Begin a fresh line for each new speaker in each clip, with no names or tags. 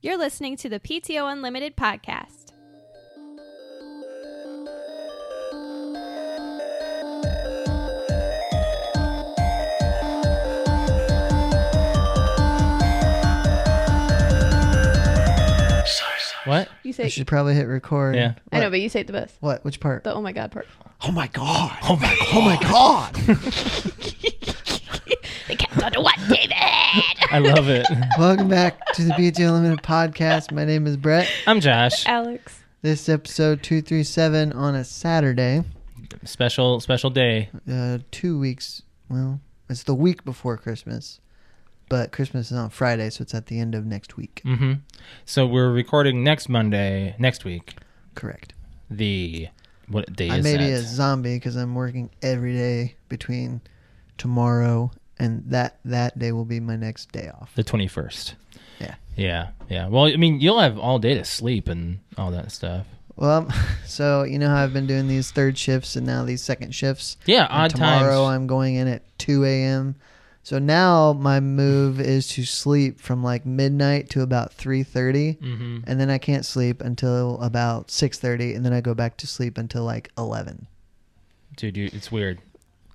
You're listening to the PTO Unlimited podcast.
What?
You
I
say
should probably hit record.
Yeah.
I know, but you say it the best.
What? Which part?
The oh my god part.
Oh my god. Oh my god.
Oh my god!
They kept on to what, David?
I love it.
Welcome back to the BT Unlimited podcast. My name is Brett.
I'm Josh.
Uh, Alex.
This is episode two three seven on a Saturday.
Special special day.
Uh, two weeks. Well, it's the week before Christmas, but Christmas is on Friday, so it's at the end of next week.
hmm So we're recording next Monday, next week.
Correct.
The what day
I
is
may be
that?
a zombie because I'm working every day between tomorrow and that that day will be my next day off.
the twenty first.
Yeah.
Yeah. Yeah. Well, I mean, you'll have all day to sleep and all that stuff.
Well, so you know how I've been doing these third shifts and now these second shifts.
Yeah.
And
Odd
tomorrow
times.
I'm going in at 2 a.m. So now my move is to sleep from like midnight to about 3:30,
Mm-hmm.
and then I can't sleep until about 6:30, and then I go back to sleep until like 11.
Dude, you, it's weird.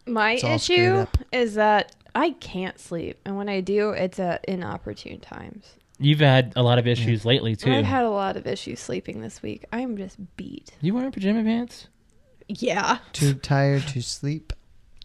My
It's all screwed
issue
up.
is that I can't sleep, and when I do, it's at inopportune times.
You've had a lot of issues lately too.
I've had a lot of issues sleeping this week. I'm just beat.
you wearing pajama pants?
Yeah,
Too tired to sleep.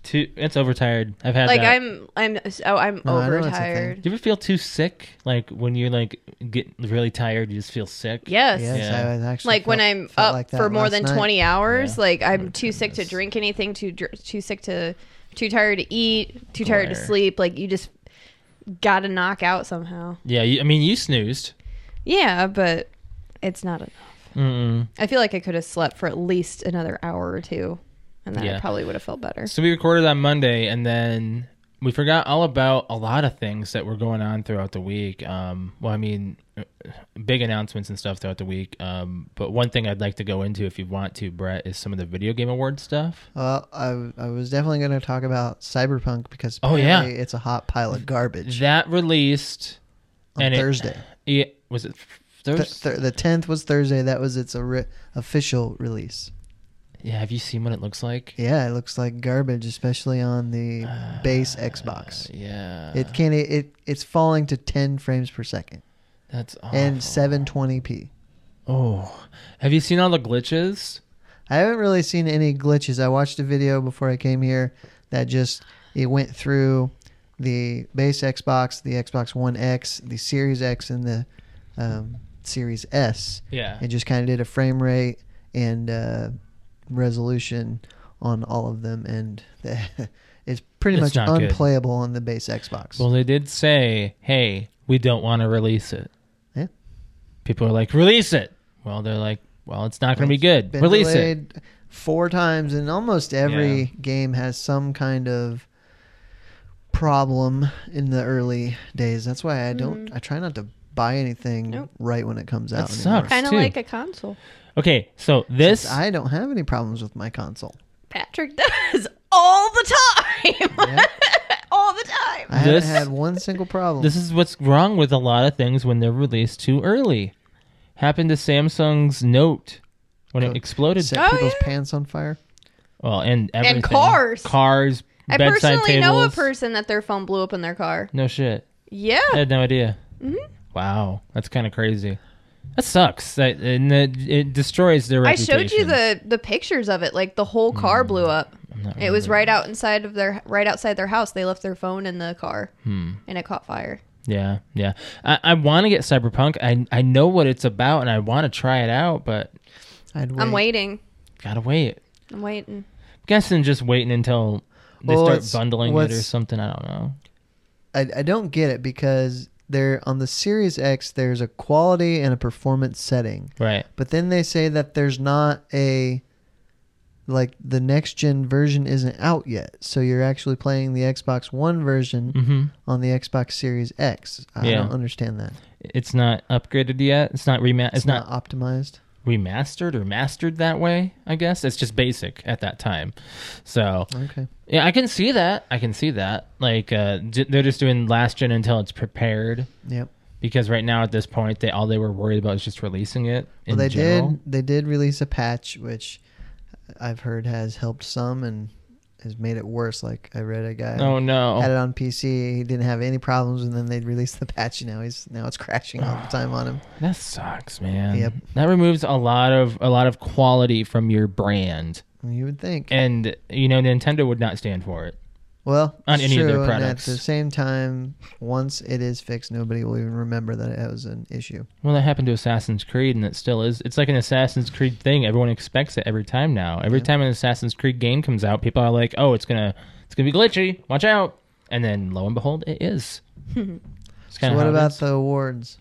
Too. It's overtired. I've had
like
that.
I'm, I'm, oh, I'm
No, I know it's a
overtired.
Do you ever feel too sick? Like when you're like getting really tired, you just feel sick.
Yes.
Yes,
Yeah.
I was actually
Like when
felt-
I'm
felt
up
like that
for more
last
than
night.
20 hours,
Yeah.
like
Oh,
I'm too sick to
goodness.
drink anything, too dr- too sick to, too tired to eat, too tired to
Liar.
sleep. Like you just gotta knock out somehow.
Yeah. You, I mean, you snoozed.
Yeah, but it's not enough.
Mm-mm.
I feel like I could have slept for at least another hour or two, and then
Yeah.
I probably would have felt better.
So we recorded on Monday, and then we forgot all about a lot of things that were going on throughout the week. Um, well, I mean, uh, big announcements and stuff throughout the week. Um, but one thing I'd like to go into, if you want to, Brett, is some of the video game award stuff.
Well, I, I was definitely going to talk about Cyberpunk because
Oh, yeah.
apparently it's a hot pile of garbage
That released
on
and it-
Thursday.
Yeah, was it
Th-
Thursday?
th- the 10th was Thursday. That was its ori- official release.
yeah. Have you seen what it looks like?
Yeah, it looks like garbage, especially on the base Xbox.
Yeah.
It can't. It it's falling to 10 frames per second
that's awful.
and 720p.
Oh, have you seen all the glitches?
I haven't really seen any glitches. I watched a video before I came here that just it went through the base Xbox, the Xbox One X, the Series X, and the um, Series S.
Yeah.
It just kind of did a frame rate and uh, resolution on all of them, and the, it's pretty
It's
much
not good.
unplayable on the base Xbox.
Well, they did say, "Hey, we don't want to release it."
Yeah.
People are like, "Release it." Well, they're like, "Well, it's not going to be good.
Been
Release it."
delayed four times, and almost every
Yeah.
game has some kind of problem in the early days. That's why I don't. I try not to buy anything
Mm-hmm. Nope.
right when it comes
That
out.
sucks.
Kind of
too.
like a console.
Okay, so
This
this
I don't have any problems with my console.
Patrick does all the time. all the time.
I haven't
This-
had one single problem.
this is what's wrong with a lot of things when they're released too early. Happened to Samsung's Note when
Go-
it exploded.
set
Oh,
people's
yeah.
pants on fire.
well, and everything.
cars.
cars,
I
bedside
personally know a
tables.
person that their phone blew up in their car.
No shit.
Yeah.
I had no idea.
Mhm.
Wow, that's kind of crazy. That sucks. That and it, it destroys their
I
reputation. Mm.
showed you the the pictures of it. Like the whole car blew up.
I'm not
It was
remembering.
right out inside of their right outside their house. They left their phone in the car
Hmm.
and it caught fire.
Yeah, yeah. I, I want to get Cyberpunk. I I know what it's about, and I want to try it out, but
I'd wait.
I'm waiting.
gotta wait.
I'm waiting.
guessing just waiting until they
Well,
start
it's-
bundling it or
what's-
something. I don't know.
I, I don't get it because there on the Series X there's a quality and a performance setting,
Right.
but then they say that there's not a like the next gen version isn't out yet, so you're actually playing the Xbox One version
Mm-hmm.
on the Xbox Series X. I
Yeah.
don't understand that.
It's not upgraded yet. It's not rema- It's, not,
optimized.
remastered or mastered that way. I guess it's just basic at that time. So
Okay.
yeah, I can see that. I can see that. Like uh, j- they're just doing last gen until it's prepared.
Yep.
because right now at this point they all they were worried about is just releasing it.
Well,
in
they
general.
did. They did release a patch, which I've heard has helped some and has made it worse. Like I read a guy
Oh
had
no!
it on PC, he didn't have any problems, and then they released the patch. And now he's now it's crashing all the time on him.
That sucks, man.
Yep.
That removes a lot of a lot of quality from your brand,
You would think.
and you know Nintendo would not stand for it.
Well,
on
it's
any of their
true, and
products.
at the same time, once it is fixed, nobody will even remember that it was an issue.
Well, that happened to Assassin's Creed, and it still is. It's like an Assassin's Creed thing. Everyone expects it every time now. Every time an Assassin's Creed game comes out, people are like, "Oh, it's gonna, it's gonna be glitchy. Watch out!" And then, lo and behold, it is. It's
So
kinda
what
how it
about
is.
the awards?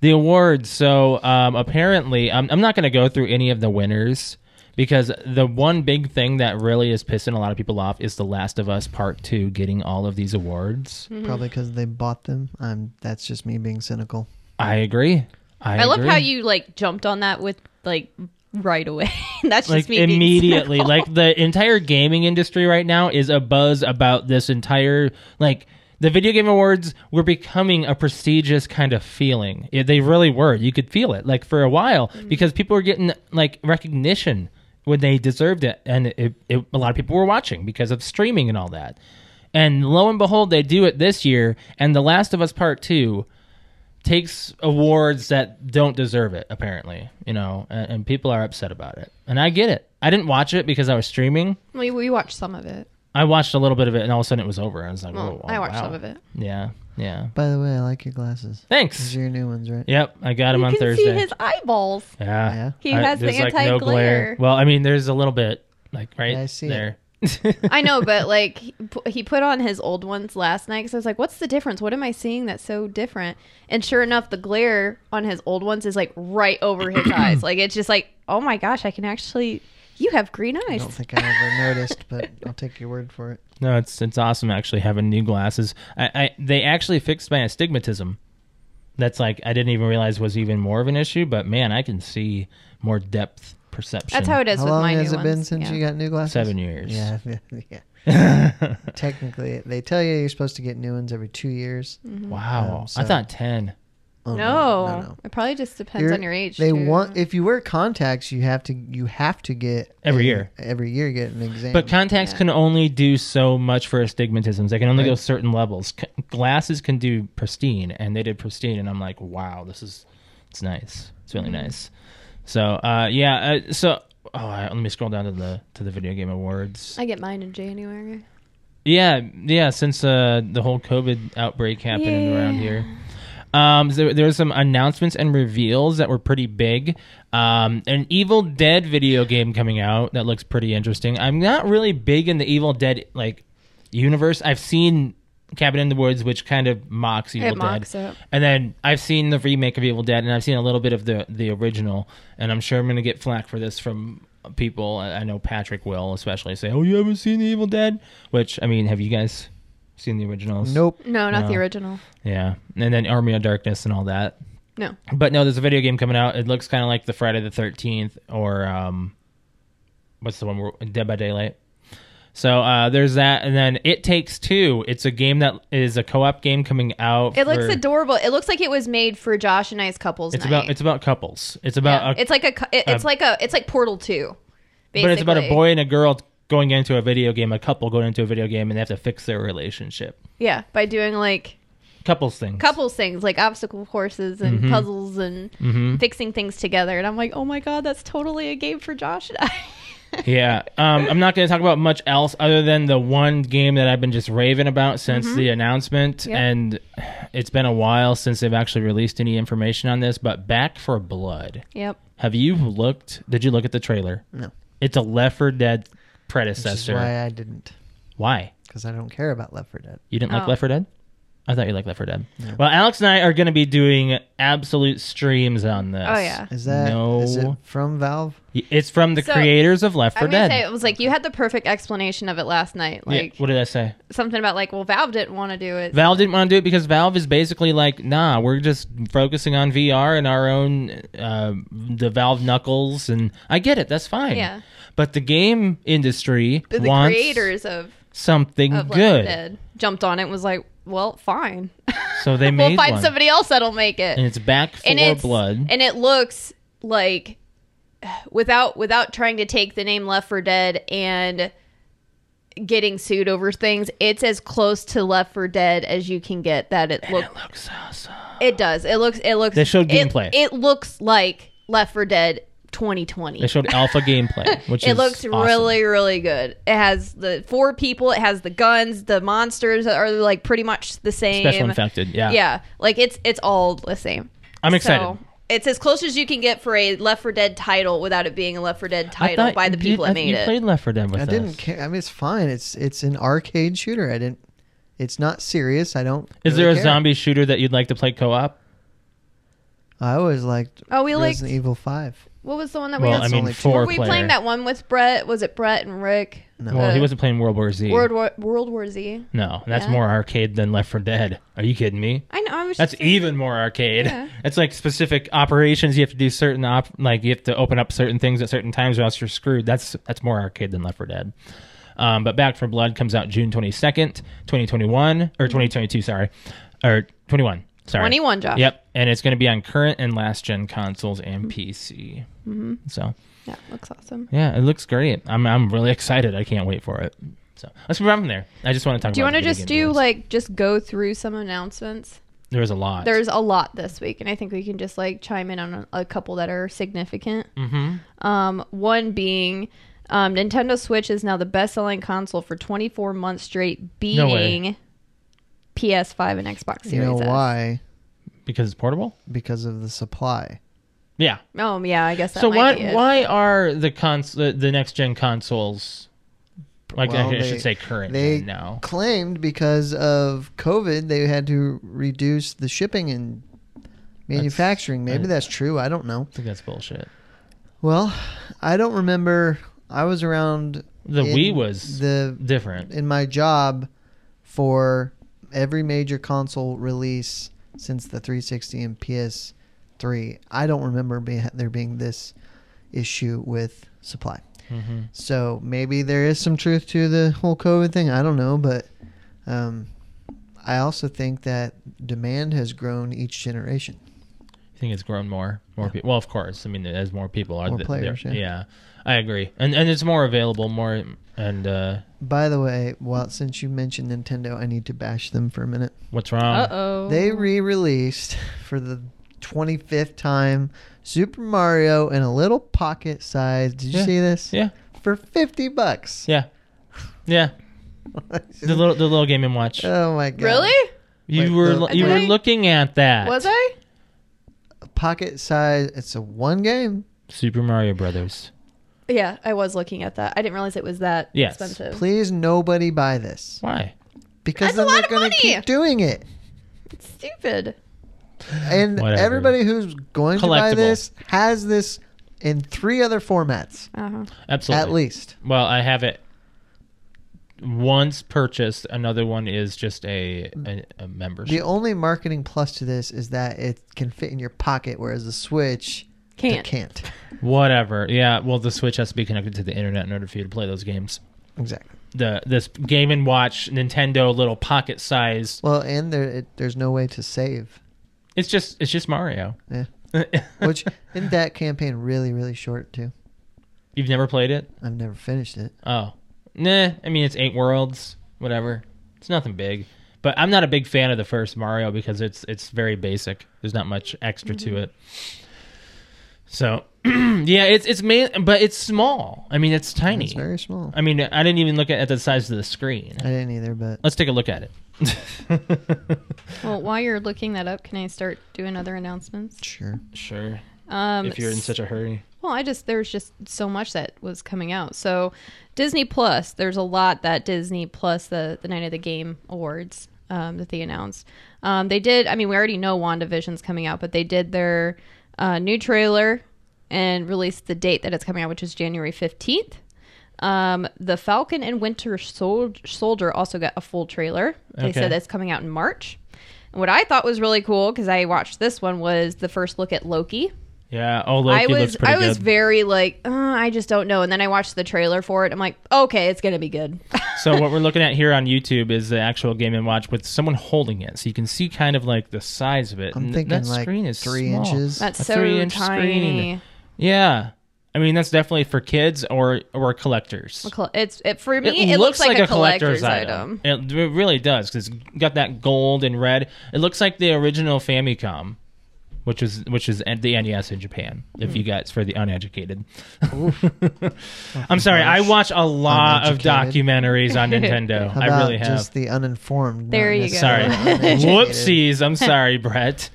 the awards? So um, apparently, I'm, I'm not gonna go through any of the winners because the one big thing that really is pissing a lot of people off is The Last of Us Part Two getting all of these awards.
Probably because they bought them. I'm. That's just me being cynical.
I agree. I,
I, love
agree.
how you like jumped on that with like right away. That's
like
just me being
immediately
cynical.
like the entire gaming industry right now is a buzz about this entire like the video game awards were becoming a prestigious kind of feeling Yeah, they really were you could feel it like for a while
Mm.
because people were getting like recognition when they deserved it and it, it, a lot of people were watching because of streaming and all that and lo and behold they do it this year and the last of us part two takes awards that don't deserve it apparently you know and, and people are upset about it and i get it i didn't watch it because i was streaming
we, we watched some of it.
i watched a little bit of it and all of a sudden it was over i was like
Well,
Whoa,
I
oh,
watched
wow.
some of it.
yeah yeah
By the way, I like your glasses.
thanks
These are your new ones, right?
yep i got him
you
on
can
thursday
see his eyeballs.
yeah,
Yeah.
He
I-
has the
there's, like, no glare
anti-glare.
well i mean there's a little bit like right
I see it.
there
I know, but like he pu- he put on his old ones last night because I was like, "What's the difference? What am I seeing that's so different?" And sure enough, the glare on his old ones is like right over his eyes. Like it's just like, "Oh my gosh, I can actually." You have green
I
eyes.
don't think I ever noticed, but I'll take your word for it.
no it's it's awesome actually having new glasses i, I they actually fixed my astigmatism that's like i didn't even realize was even more of an issue but man i can see more depth perception
That's how it is
How
with
long
my
has
new
it been
ones.
since
Yeah.
you got new glasses?
seven years
Yeah, yeah.
wow.
Technically, they tell you you're supposed to get new ones every two years. Um, so-
I thought 10.
Oh,
Mm-hmm. no, it probably just depends
You're-
on your age.
They
too.
want if you wear contacts, you have to you have to get
Every
a-
year.
Every year, get an exam.
But contacts
Yeah.
can only do so much for astigmatisms. They can only go
Right.
certain levels. C- glasses can do pristine, and they did pristine, and I'm like, wow, this is, it's nice. It's really
Mm.
nice. So, uh, yeah. Uh, so, oh, I- let me scroll down to the to the video game awards.
I get mine in January.
Yeah, yeah. Since uh, the whole COVID outbreak happened
Yeah.
around here, um, so there, there were some announcements and reveals that were pretty big. Um, an Evil Dead video game coming out that looks pretty interesting. I'm not really big in the Evil Dead like universe. I've seen Cabin in the Woods, which kind of mocks Evil
it mocks
Dead,
it.
and then I've seen the remake of Evil Dead, and I've seen a little bit of the the original. And I'm sure I'm gonna get flack for this from people. I, I know Patrick will, especially say, "Oh, you haven't seen the Evil Dead," which I mean, have you guys seen the originals?
nope.
No, not the
No.
original.
Yeah, and then Army of Darkness and all that.
No.
But no, there's a video game coming out. It looks kind of like the Friday the Thirteenth or um, what's the one? Where, Dead by Daylight. So uh, there's that, and then It Takes Two. It's a game that is a co-op game coming out.
It looks
for-
adorable. It looks like it was made for Josh and I's couples
It's
night.
about it's about couples. It's about
yeah.
a,
it's like a cu- it, it's
a-
like a it's like Portal Two. Basically.
but it's about a boy and a girl going into a video game, a couple going into a video game, and they have to fix their relationship.
Yeah, by doing like
Couples things.
couples things like obstacle courses and
Mm-hmm.
puzzles and fixing things together. And I'm like, oh my god, that's totally a game for Josh and I.
yeah. Um, I'm not going to talk about much else other than the one game that I've been just raving about since
Mm-hmm.
the announcement.
Yep.
And it's been a while since they've actually released any information on this, but Back for Blood.
yep.
Have you looked? Did you look at the trailer?
No.
It's a Left 4 Dead
Which is
predecessor. Why?
why I didn't because I don't care about Left 4 Dead.
You didn't like
Oh.
Left 4 Dead? I thought you liked Left 4 Dead. Well, Alex and I are going to be doing absolute streams on this.
Oh, yeah.
Is that is
no?
it from Valve?
It's from the
So,
creators of Left 4
I'm gonna
Dead.
say it was like you had the perfect explanation of it last night.
Yeah,
Like
what did I say?
something about like, well, Valve didn't want to do it.
Valve didn't want to do it because Valve is basically like, nah, we're just focusing on VR and our own uh, the Valve Knuckles, and I get it, that's fine.
Yeah.
But the game industry
But the
wants
creators of,
something
of Left 4
good.
Dead jumped on it and was like, well, fine.
So they made
we'll find
one,
somebly else that'll make it.
and it's back for
it's-
blood.
and it looks like without without trying to take the name Left for Dead and getting sued over things, it's as close to Left for Dead as you can get. That it look
it looks awesome.
it does. It looks it looks
They showed
it-
gameplay.
It, looks like Left for Dead 2020.
They showed alpha gameplay, which
it
is
looks
awesome.
really really good. It has the four people, it has the guns, the monsters are like pretty much the same.
special infected. Yeah,
Yeah, like it's it's all the same.
I'm excited.
So, it's as close as you can get for a Left 4 Dead title without it being a Left 4 Dead
I
title
thought
by the
you-
people
I
that
thought
made
you
it.
Played Left 4 Dead with
I didn't
us.
care. I mean, it's fine. It's it's an arcade shooter. I didn't. It's not serious. I don't.
Is
really
there a
care.
zombie shooter that you'd like to play co-op?
I always liked
Oh, we liked.
Resident Evil Five.
What was the one that we?
Well,
had-
I mean,
only two.
four
were we
player.
playing that one with Brett? Was it Brett and Rick?
No.
Well,
Uh,
he wasn't playing World War Z.
World War World War Z.
no, that's
Yeah.
more arcade than Left 4 Dead. Are you kidding me?
I know. I was.
That's
just saying-
even more arcade.
Yeah.
It's like specific operations. You have to do certain op, like you have to open up certain things at certain times, or else you're screwed. That's that's more arcade than Left 4 Dead. Um, but Back for Blood comes out June 22nd, 2021 or 2022. Sorry, or 21. Sorry,
21 job.
Yep, and it's going to be on current and last gen consoles and PC. Mm-hmm. So
Yeah, looks awesome.
yeah, it looks great. I'm I'm really excited. I can't wait for it. So let's move on from there. I just want to talk.
Do you
about
want to
the video
just
game
do
awards.
like just go through some announcements?
There was a lot.
There's a lot this week, and I think we can just like chime in on a, a couple that are significant.
hmm
Um, one being um, Nintendo Switch is now the best selling console for 24 months straight,
No way.
beating PS5 and Xbox Series
You know
S.
why?
because it's portable.
Because of the supply.
Yeah.
Oh, yeah, I guess that
so
might
why
be it.
why are the cons the, the next gen consoles like
Well,
I
they-
should say current
they
gen now?
Claimed because of COVID, they had to reduce the shipping and manufacturing. Maybe
I-
that's true. I don't know.
I think that's bullshit.
Well, I don't remember. I was around
The
in
Wii was
the
different.
in my job for every major console release since the 360 and PS3. I don't remember be- there being this issue with supply.
hmm
So maybe there is some truth to the whole COVID thing. I don't know, but um, I also think that demand has grown each generation.
I think it's grown more. More people. Well, of course. I mean, as more people are
More
th-
players,
there-
yeah.
I agree. And and it's more available. More and uh,
By the way, well, since you mentioned Nintendo, I need to bash them for a minute.
what's wrong?
Uh oh.
They re-released for the 25th time Super Mario in a little pocket size. Did you
Yeah.
see this?
Yeah,
For 50 bucks.
yeah, yeah. The little the little game and watch.
oh my god.
really?
you
Wait,
were
the-
lo- you
Did
were
I-
looking at that.
Was I?
Pocket size. It's a one game.
Super Mario Brothers?
Yeah, I was looking at that. I didn't realize it was that
Yes.
expensive.
Please nobody buy this
Why?
because
That's a
then
lot
they're
of
going to
money.
keep doing it.
It's stupid.
And
Whatever.
everybody who's going to buy
Collectible.
this has this in three other formats
Uh-huh.
Absolutely.
at least.
Well, I have it once purchased. Another one is just a a, a membership.
The only marketing plus to this is that it can fit in your pocket, whereas the Switch they
Can't.
can't.
Whatever. Yeah. Well, the Switch has to be connected to the internet in order for you to play those games.
Exactly.
The this Game and Watch Nintendo little pocket size.
Well, and there it, there's no way to save,
It's just it's just Mario.
Yeah. which isn't that campaign really really short too.
you've never played it?
I've never finished it.
Oh, nah. I mean, it's eight worlds, whatever. It's nothing big. But I'm not a big fan of the first Mario because it's it's very basic. There's not much extra to it. So, yeah, it's it's main, but it's small. I mean, it's tiny.
It's very small.
I mean, I didn't even look at, at the size of the screen.
I didn't either, but
Let's take a look at it.
Well, while you're looking that up, can I start doing other announcements?
sure.
sure,
Um,
if you're in such a hurry.
Well, I just there's just so much that was coming out. So Disney Plus, there's a lot that Disney Plus the the night of the game awards um, that they announced. Um, they did. I mean, we already know WandaVision's coming out, but they did their uh, new trailer and released the date that it's coming out, which is January fifteenth. Um, the Falcon and Winter Sol- Soldier also got a full trailer. They
Okay.
said that's coming out in March. And what I thought was really cool because I watched this one was the first look at Loki
Yeah. Oh, Loki
I
looks
was
pretty
I was
good.
very like uh, I just don't know, and then I watched the trailer for it. I'm like, okay, it's gonna be good.
so what we're looking at here on YouTube is the actual Game and Watch with someone holding it, so you can see kind of like the size of it.
I'm
And th-
thinking
that
like
screen is
three
small.
inches.
That's
A
so
three-inch
tiny.
screen. Yeah. I mean, that's definitely for kids or or collectors.
A col- It's it for me. It, looks, like, a collector's, item.
It, it really does because it's got that gold and red. It looks like the original Famicom, which is which is at the NES in Japan.
Hmm.
If you guys for the uneducated, I'm sorry. I
harsh.
watch a lot of
Uneducated.
documentaries on Nintendo.
How
I
about
really have.
just the uninformed?
There
not
you go.
Sorry.
necessarily uneducated?
Whoopsies. I'm sorry, Brett.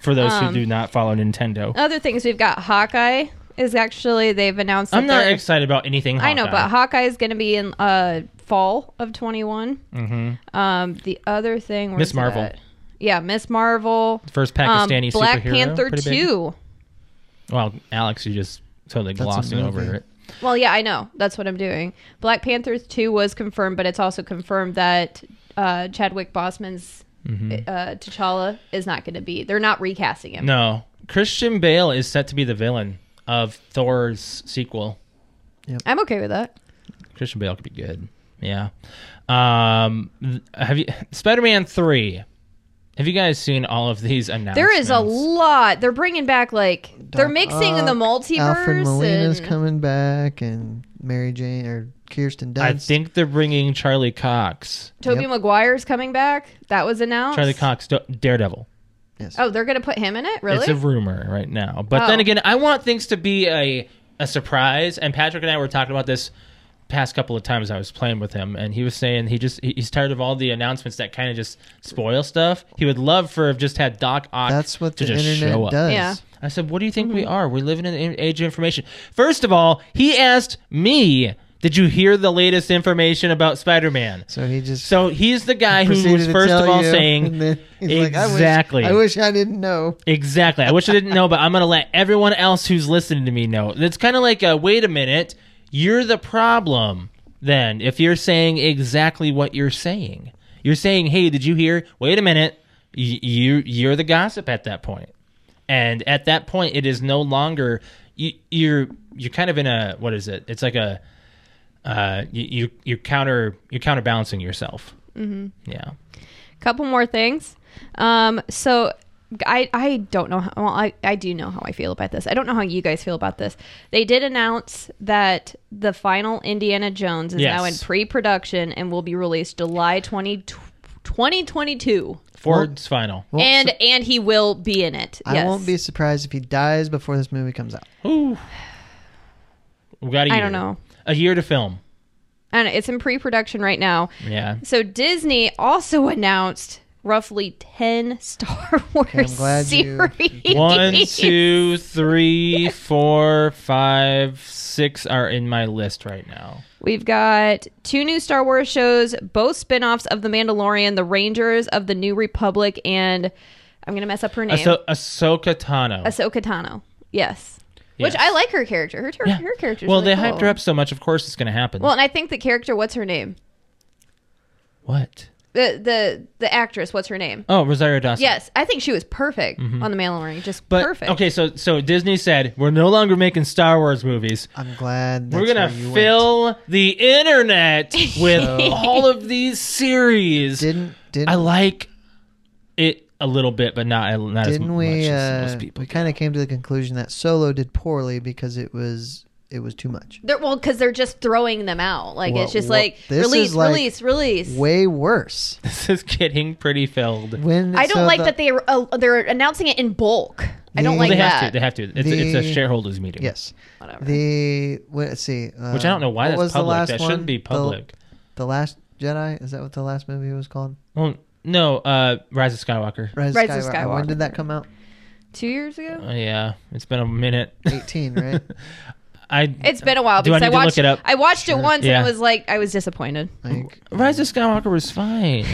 For those
Um,
who do not follow Nintendo,
Other things we've got Hawkeye is actually they've announced. That
I'm not
they're-
excited about anything.
I know,
Hawkeye.
but Hawkeye is gonna be in uh fall of 21.
Mhm.
Um, the other thing, where's
Miss Marvel.
that? Yeah, Miss Marvel.
first
Um,
Pakistani
Black
superhero.
Panther
pretty big.
two.
Well, Alex, you just totally
a
glossing over
movie.
it.
Well, yeah, I know. That's what I'm doing. Black Panther 2 was confirmed, but it's also confirmed that uh, Chadwick Boseman's uh, T'Challa is not going to be. They're not recasting him.
No, Christian Bale is set to be the villain of Thor's sequel.
I'm okay with that.
Christian Bale could be good. Yeah. Um, th- have you Spider-Man three? Have you guys seen all of these announcements?
There is a lot. They're bringing back, like, they're
Doc
mixing in the
Ock,
multiverse.
Alfred Molina's
and-
coming back, and Mary Jane or Kirsten Dunst.
I think they're bringing Charlie Cox.
Tobey
Yep.
Maguire's coming back. That was announced.
Charlie Cox, Do- Daredevil.
Yes.
Oh, they're going to put him in it? Really?
It's a rumor right now. But then
Oh.
again, I want things to be a a surprise. And Patrick and I were talking about this past couple of times I was playing with him, and he was saying he just he- he's tired of all the announcements that kind of just spoil stuff. He would love for have just had Doc Ock.
That's what
to
the
just show
internet
up.
does.
Yeah.
I said, "What do you think
Mm-hmm.
we are? We're living in an age of information." First of all, he asked me, "Did you hear the latest information about Spider-Man?"
So he just
So he's the guy who
proceeded
was
to
first
tell
of all
you,
saying
and then he's like, I wish-
exactly.
I wish, I didn't know.
Exactly. I wish I didn't know, but I'm going to let everyone else who's listening to me know. It's kind of like, a, wait a minute, you're the problem then if you're saying exactly what you're saying. You're saying, hey, did you hear? Wait a minute. Y- You, you're the gossip at that point. And at that point, it is no longer, you, you're, you're kind of in a, what is it? It's like a, uh, you, you, you counter, you're counterbalancing yourself. Mm-hmm. Yeah.
couple more things um so I, I don't know how well I, I do know how I feel about this. I don't know how you guys feel about this. They did announce that the final Indiana Jones is
Yes.
now in pre-production and will be released July 20, 2022.
Ford's final.
Well,
and and he will be in it.
I
yes.
won't be surprised if he dies before this movie comes out.
Ooh. We got a year.
I don't know.
A year to film.
I don't know. It's in pre-production right now.
Yeah.
So Disney also announced roughly 10 Star Wars
glad you-
series.
One, two, three, four, five, six are in my list right now.
We've got two new Star Wars shows, both spin-offs of The Mandalorian, The Rangers of the New Republic, and I'm gonna mess up her name.
Ahso- Ahsoka Tano.
Ahsoka Tano. Yes.
Yes.
Which I like her character. Her ter-
Yeah.
her character.
Well, they hyped her up so much. Of course, it's going to happen.
Well, and I think the character. What's her name?
what?
The the the actress. What's her name?
Oh, Rosario Dawson.
Yes, I think she was perfect on The Mandalorian. Just
Mm-hmm. But
perfect.
okay, so so Disney said we're no longer making Star Wars movies.
I'm glad. That's
We're gonna
where you Went.
fill the internet with all of these series.
Didn't didn't
I like it a little bit, but not not as
didn't
much
we?
as
Uh,
most people.
we kind of came to the conclusion that Solo did poorly because it was it was too much.
They're, well, because they're just throwing them out. Like
Well,
it's just
well,
like
this
release,
is like
release, release.
Way worse.
This is getting pretty filled.
When
I don't
so
like
the-
that they uh, they're announcing it in bulk. I don't
The-
like
they
that.
have to. They have to. It's, it's a
The-
shareholders meeting.
Yes.
Whatever.
The wait, let's see. Uh,
Which I don't know why
what
that's
was
public.
The last
that
one?
shouldn't be
The-
public.
The, Last Jedi is that what the last movie was called?
Well, no. Uh, Rise of Skywalker.
Rise,
Rise of
When
Skywalker.
did that come out?
Two years ago.
Oh, yeah, it's been a minute.
18, right?
I
It's been a while
Do I
because I,
need to look
watched
it up?
I watched it once
Yeah.
and I was like I was disappointed.
like
Rise of Skywalker was fine.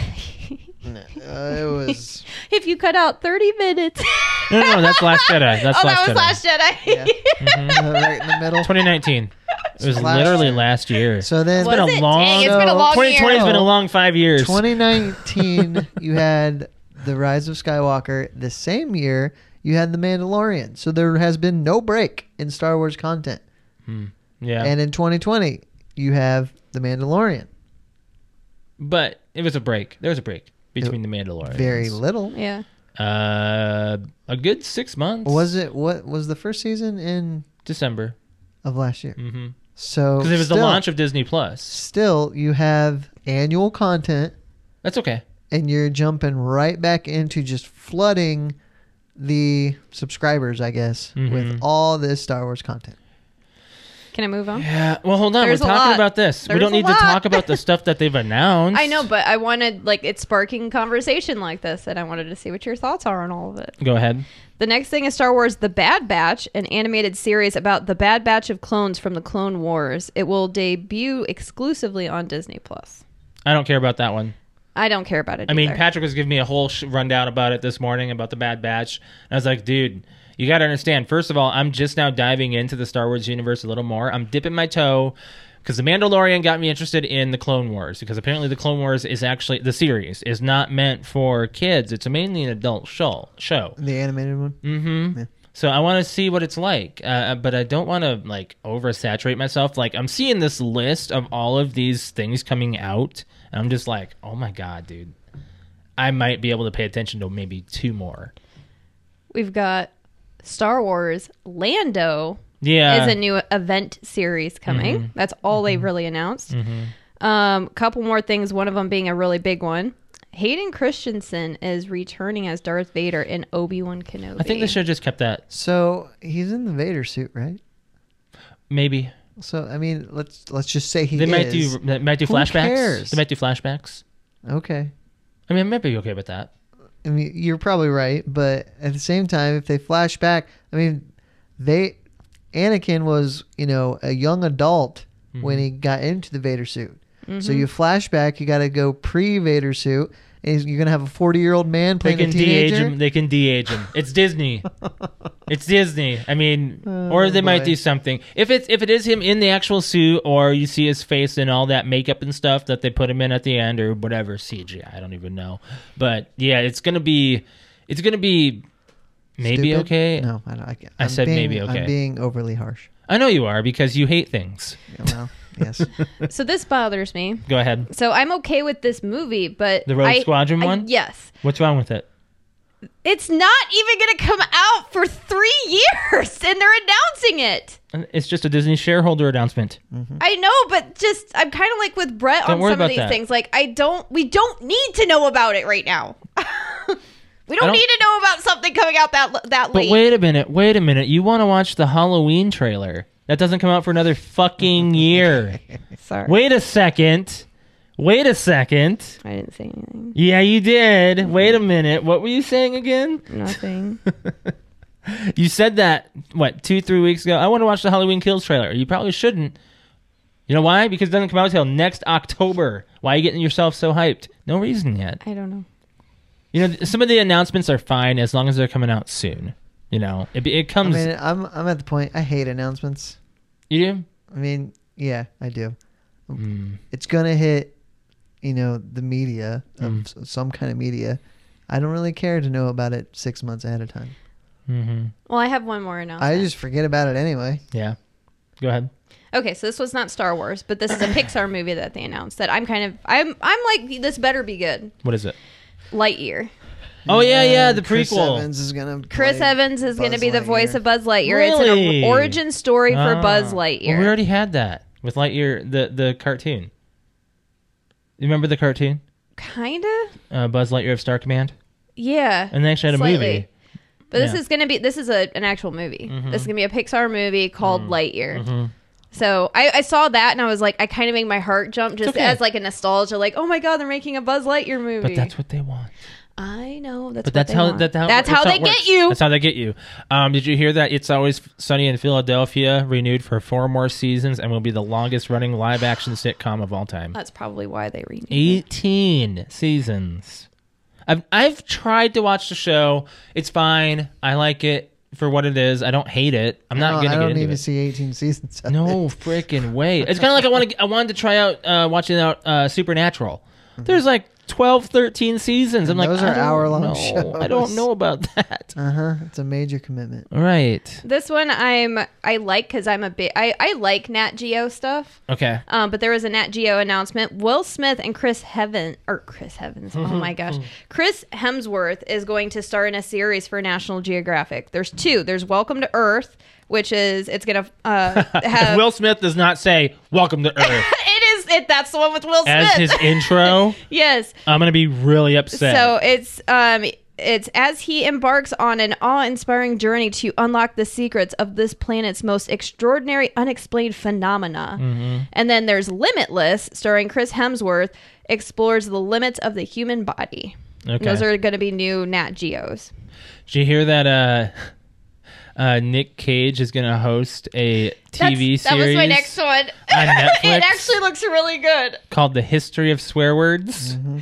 uh, it was.
If you cut out thirty minutes.
No, no, that's Last Jedi. That's
oh,
Last
that was
Jedi.
Last Jedi.
Yeah.
Mm-hmm. Mm.
Uh, right in the middle.
2019. It was
last
literally
year.
last year.
So then,
It's been
Was
a
it?
long-
Dang, it's been a
No.
long year.
2020 has been a long five years.
2019, you had the Rise of Skywalker. The same year, you had The Mandalorian. So there has been no break in Star Wars content.
Yeah.
And in 2020, you have The Mandalorian.
but it was a break. There was a break between the Mandalorian.
Very little.
Yeah.
Uh, a good six months.
Was it what was the first season in
December?
of last year?
Mm-hmm.
So
Because it was the
still-
launch of Disney Plus.
Still, you have annual content,
That's okay.
and you're jumping right back into just flooding the subscribers, I guess, with
Mhm.
all this Star Wars content.
Can I move on?
Yeah. Well, hold on.
There's
We're
a
talking
lot.
about this. we
There's
don't
a
need to
lot.
talk about the stuff that they've announced.
I know, but I wanted like it's sparking conversation like this, and I wanted to see what your thoughts are on all of it.
Go ahead.
The next thing is Star Wars The Bad Batch, an animated series about the Bad Batch of clones from the Clone Wars. It will debut exclusively on Disney Plus.
I don't care about that one.
I don't care about it.
I mean,
either.
Patrick was giving me a whole sh- rundown about it this morning about the Bad Batch. And I was like, dude, you got to understand. First of all, I'm just now diving into the Star Wars universe a little more. I'm dipping my toe because The Mandalorian got me interested in the Clone Wars because apparently the Clone Wars is actually the series is not meant for kids. It's mainly an adult show. Show.
The animated one.
Mm-hmm. So I want to see what it's like, uh, but I don't want to like oversaturate myself. Like I'm seeing this list of all of these things coming out, and I'm just like, oh my god, dude, I might be able to pay attention to maybe two more.
we've got Star Wars Lando
Yeah, Mm-hmm.
is a new event series coming. That's all they really announced. Um, couple more things. One of them being a really big one. Hayden Christensen is returning as Darth Vader in Obi Wan Kenobi.
I think they should have just kept that.
So he's in the Vader suit, right?
Maybe
So I mean, let's let's just say he
they might
is.
do. They might do
Who
flashbacks.
cares?
They might do flashbacks.
Okay.
I mean, I might be okay with that.
I mean, you're probably right, but at the same time, if they flash back, I mean, they Anakin was you know a young adult when he
Mm-hmm.
got into the Vader suit. So you flash back, you got to go pre Vader suit, and he's- you're gonna have a 40 year old man
They
playing
can
a
de-age
teenager.
him. They can de-age him. It's Disney. it's Disney. I mean, or they might
Oh, boy.
do something. If it's if it is him in the actual suit, or you see his face and all that makeup and stuff that they put him in at the end, or whatever CGI. I don't even know. But yeah, it's gonna be, it's gonna be, maybe
Stupid?
okay.
No, I don't. I, can't-
I
I'm
said
being-
maybe okay.
I'm being overly harsh.
I know you are because you hate things.
Yeah, well, yes.
So this bothers me.
Go ahead.
So I'm okay with this movie, but
The Rogue
I-
Squadron
I-
one?
Yes,
What's wrong with it?
it's not even going to come out for three years, and they're announcing it.
It's just a Disney shareholder announcement.
I know, but just I'm kind of like with Brett
Don't worry
on some
about
of these
that.
things. Like I don't, we don't need to know about it right now. we don't,
don't-
need to know about something coming out that l- that
But
late.
wait a minute, wait a minute. You want to watch the Halloween trailer? That doesn't come out for another fucking year.
Sorry,
Wait a second. Wait a second.
I didn't say anything.
Yeah, you did. Wait a minute. What were you saying again?
Nothing.
You said that what two, three weeks ago. I want to watch the Halloween Kills trailer. You probably shouldn't. You know why? Because it doesn't come out till next October. Why are you getting yourself so hyped? No reason yet.
I don't know.
You know, some of the announcements are fine as long as they're coming out soon. You know, it, it
I
comes.
mean, I'm I'm at the point. I hate announcements.
you do?
I mean, yeah, I do.
Mm.
it's gonna hit you know the media of
Mm.
s- some kind of media i don't really care to know about it six months ahead of time
hmm
Well, I have one more announcement.
i just forget about it anyway
Yeah. Go ahead.
Okay, so this was not Star Wars, but this is a Pixar movie that they announced that I'm kind of I'm I'm like this better be good.
What is it?
Lightyear.
Oh yeah, yeah,
And
the
Chris
prequel.
Evans is gonna
Chris
play-
Evans is going to
Buzz
be the
Lightyear.
voice of Buz Lightyear. It's
Really?
an or- origin story for
Ah.
Buzz
Well,
Lightyear.
we already had that with Lightyear, the the cartoon. You remember the cartoon,
kind of?
uh, Buzz Lightyear of Star Command,
Yeah.
and they actually had a
Slightly.
movie.
But this
yeah. Mm-hmm.
is going to be this is a, an actual movie. This is going to be a Pixar movie called Lightyear.
Mhm.
So I, I saw that and I was like, I kind of made my heart jump just
okay.
as like a nostalgia, like, oh my god, they're making a Buzz Lightyear
But
movie.
that's what they want.
I know.
But
That's what
that's
they
how,
want.
that, how
that's how
it
they
works.
get you.
That's how they get you. Um, did you hear that? It's always sunny in Philadelphia renewed for four more seasons and will be the longest running live action sitcom of all time.
That's probably why they renewed. it.
18 seasons. I've I've tried to watch the show. It's fine. I like it for what it is. I don't hate it. I'm
i
not
don't,
gonna
Oh, I don't
get
need
into
to
it.
see 18 seasons of it.
No freaking way. It's kind of like I want to. I wanted to try out uh, watching out uh, Supernatural. There's like 12, 13 seasons. I'm
And
like,
Mm-hmm. those are
I don't
hour-long
know. I
shows.
don't know about that.
Uh huh. It's a major commitment.
Right.
This one I'm I like because I'm a bit I, I like Nat Geo stuff.
Okay.
Um, but there was a Nat Geo announcement. Will Smith and Chris Heaven or Chris Heavens. Oh my gosh. Chris Hemsworth is going to star in a series for National Geographic. There's two. There's Welcome to Earth, which is it's gonna uh
If
have
Will Smith does not say "Welcome to Earth"
it is it that's the one with Will Smith.
as his intro,
yes.
I'm gonna be really upset.
So it's um it's as he embarks on an awe-inspiring journey to unlock the secrets of this planet's most extraordinary unexplained phenomena.
Mm-hmm.
And then there's Limitless, starring Chris Hemsworth, explores the limits of the human body. And
okay.
Those are going to be new Nat Geos.
Did you hear that? Uh, uh, Nick Cage is gonna host a TV series
That was my next one.
on
it
Netflix
actually looks really good.
called "The History of Swear Words."
Mm-hmm.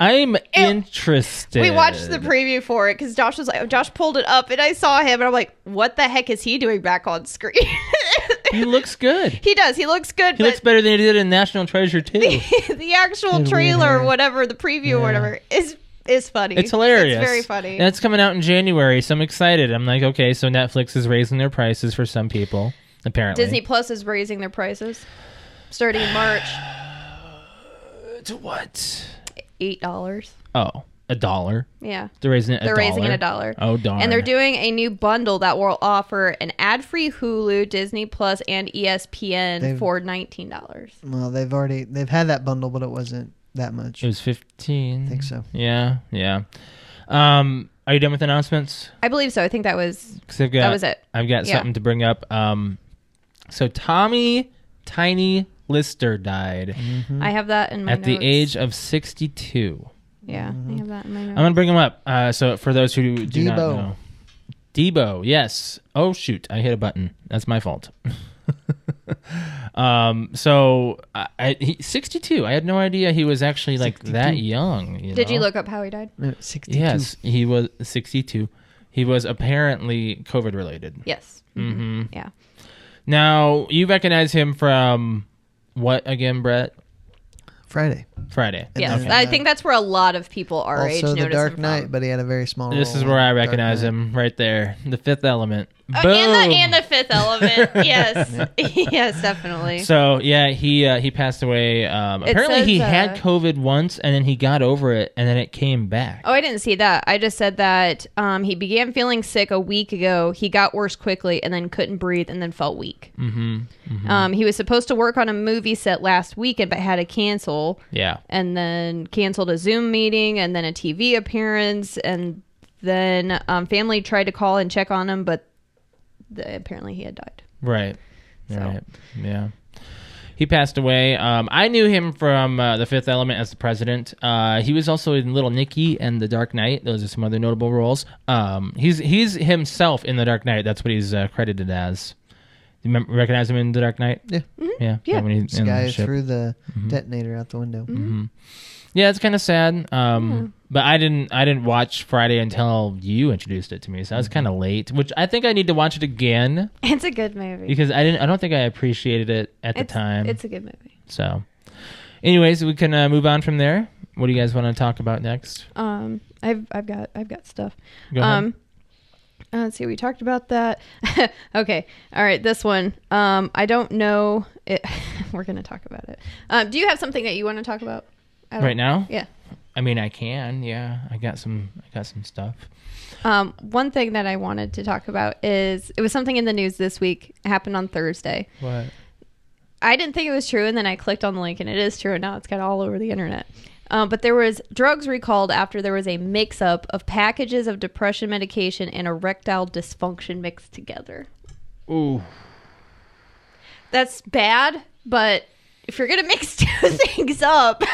I'm interested.
We watched the preview for it because Josh was like, Josh pulled it up, and I saw him, and I'm like, what the heck is he doing back on screen?
he looks good. He
he does. He looks good. but
looks better than he did in National Treasure too.
the actual
weird
trailer,
hair.
or whatever, the preview, or whatever, is is funny.
It's hilarious.
It's very funny.
And it's coming out in January, so I'm excited. I'm like, okay, so Netflix is raising their prices for some people, apparently.
Disney Plus is raising their prices starting in March,
To what?
eight dollars.
Oh, a dollar.
Yeah.
They're raising it.
They're
a
raising it
dollar?
a dollar.
Oh darn.
And they're doing a new bundle that will offer an ad-free Hulu, Disney Plus, and E ESPN
They've-
for nineteen dollars.
Well, they've already they've had that bundle, but it wasn't that much.
It was fifteen.
I think so.
Yeah, yeah. Um, are you done with announcements?
I believe so. I think that was
Because I've got
That was it.
I've got
Yeah.
something to bring up. Um, so Tommy Tiny Lister died
I have that in Mm. my
at the
notes.
age of sixty-two.
Yeah, I have that in my
I'm
notes.
gonna bring him up. Uh, so for those who do not
Debo.
know, Debo, yes. Oh shoot, I hit a button. That's my fault. um, so I, I he, 62. I had no idea he was actually like
62.
that young.
Did you
know?
look up how he died?
No, Sixty-two.
Yes, he was 62. He was apparently COVID related.
Yes.
hmm
Yeah.
Now you recognize him from what again, Brett?
Friday.
Friday.
And
Yes,
then,
I
uh,
think that's where a lot of people our age
also,
notice
The Dark
him from.
Knight, but he had a very small.
This
role
is
in
where I
Dark
recognize
Knight.
him right there. The Fifth Element.
Oh, and, the,
Boom!
and the fifth element. Yes. yes, definitely.
So yeah, he uh, he passed away. Um,
It
apparently,
says,
he
uh,
had COVID once, and then he got over it, and then it came back.
oh, I didn't see that. I just said that um, he began feeling sick a week ago. He got worse quickly and then couldn't breathe and then felt weak.
hmm
Um, he was supposed to work on a movie set last weekend but had to cancel
Yeah,
and then canceled a Zoom meeting and then a TV appearance. And then um, family tried to call and check on him, but the, apparently he had died.
right,
So.
right, yeah. He passed away. Um, I knew him from uh, The Fifth Element as the president. Uh, he was also in Little Nicky and The Dark Knight. Those are some other notable roles. Um, he's he's himself in The Dark Knight. That's what he's uh, credited as. You remember, recognize him in The Dark Knight?
Yeah.
yeah,
Mm-hmm. Yeah.
when he-
This
in the
guy
ship. Mm-hmm.
threw the detonator out the
Mm-hmm.
window.
Yeah, it's kind of sad. Um, but I didn't I didn't watch Friday until you introduced it to me, so
Mm-hmm.
I was kind of late. Which I think I need to watch it again
It's a good movie.
because I didn't I don't think I appreciated it at the
it's,
time.
It's a good movie.
so, anyways, we can uh, move on from there. What do you guys want to talk about next?
Um, I've I've got I've got stuff.
Go ahead.
um, uh, let's see. We talked about that. okay. All right. This one. Um, I don't know. It, we're gonna talk about it. Um, do you have something that you want to talk about? I don't-
Right now?
Yeah.
I mean, I can. Yeah, I got some I got some stuff.
Um, one thing that I wanted to talk about is it was something in the news this week. It happened on Thursday.
What?
I didn't think it was true, and then I clicked on the link, and it is true. And now it's got all over the internet. Um, but there was drugs recalled after there was a mix-up of packages of depression medication and erectile dysfunction mixed together.
Ooh.
That's bad, but if you're gonna mix two things up,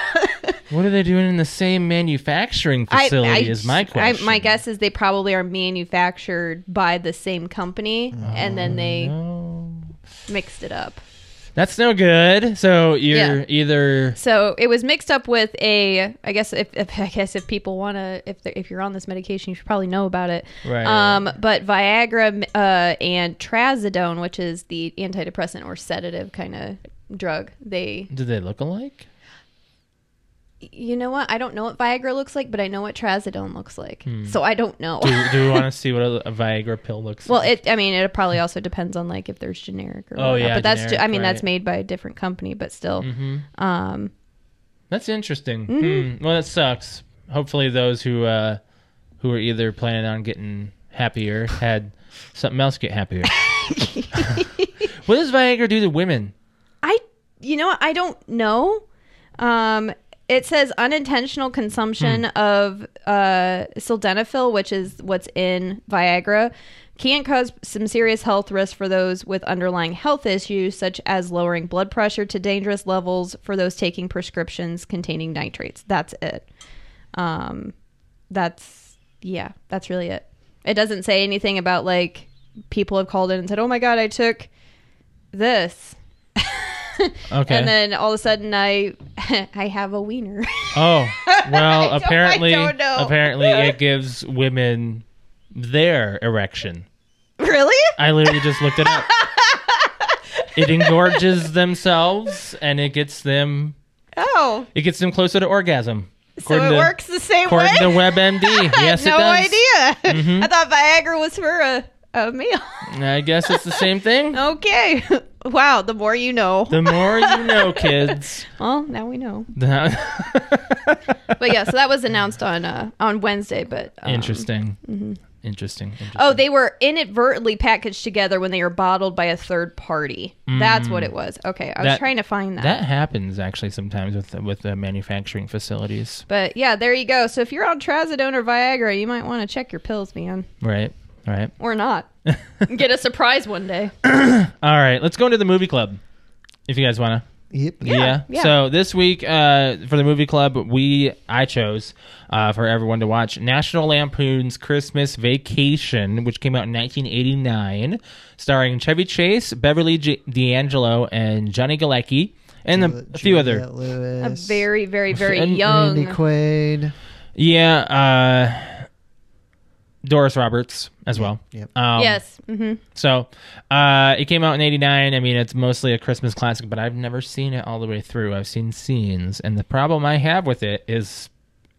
What are they doing in the same manufacturing facility? is my question.
I, my guess is they probably are manufactured by the same company,
Oh.
and then they
No.
mixed it up.
That's no good. So you're
Yeah.
either
So it was mixed up with a. I guess if, if I guess if people want to, if they're- if you're on this medication, you should probably know about it.
Right.
Um, but Viagra uh, and Trazodone, which is the antidepressant or sedative kind of drug, they
Do they look alike?
you know what? I don't know what Viagra looks like, but I know what Trazodone looks like. So I don't know.
Hmm. do, do we want to see what a, a Viagra pill looks
well,
like?
it. I mean, it probably also depends on like if there's generic or.
Oh,
whatnot,
yeah,
but that's. ju- I
generic,
mean, that's
right.
made by a different company, but still.
hmm
Um.
That's interesting.
Mm-hmm.
Hmm. Well, that sucks. Hopefully, those who uh, who are either planning on getting happier had something else get happier. what does Viagra do to women?
I you know what? I don't know. Um it says unintentional consumption of uh sildenafil, which is what's in Viagra, can cause some serious health risks for those with underlying health issues such as lowering blood pressure to dangerous levels for those taking prescriptions containing nitrates. That's it. Um that's yeah, that's really it. It doesn't say anything about like people have called in and said, "Oh my god, I took this."
Okay.
And then all of a sudden, I I have a wiener.
oh, well,
I don't
apparently,
know.
apparently, it gives women their erection.
really?
I literally just looked it up. it engorges themselves, and it gets them
Oh,
it gets them closer to orgasm.
so
According
it
to-
works the same way.
According to WebMD, yes,
no
it does. Mm-hmm.
idea. I thought Viagra was for a a meal.
I guess it's the same thing.
okay. Wow. The more you know.
The more you know, kids.
well, now we know.
The-
But yeah, so that was announced on uh, on Wednesday. But um,
interesting. interesting. Interesting.
Oh, they were inadvertently packaged together when they were bottled by a third party. That's what it was. Okay, I was
Mm. That-
trying to find that.
that happens actually sometimes with with the manufacturing facilities,
But yeah, there you go. So if you're on Trazodone or Viagra, you might want to check your pills, man.
right? All right.
Or not. Get a surprise one day.
All right. Let's go into the movie club, if you guys wanna.
Yep.
Yeah.
yeah.
So this week uh, for the movie club, we I chose uh, for everyone to watch National Lampoon's Christmas Vacation, which came out in 1989, starring Chevy Chase, Beverly G- D'Angelo, and Johnny Galecki, and a, a few other.
Juliette Lewis,
A very, very, very
And
young.
Randy Quaid.
Yeah. Uh, Doris Roberts as well.
Yep.
Um,
yes. hmm
So uh, it came out in '89. I mean, it's mostly a Christmas classic, but I've never seen it all the way through. I've seen scenes, and the problem I have with it is,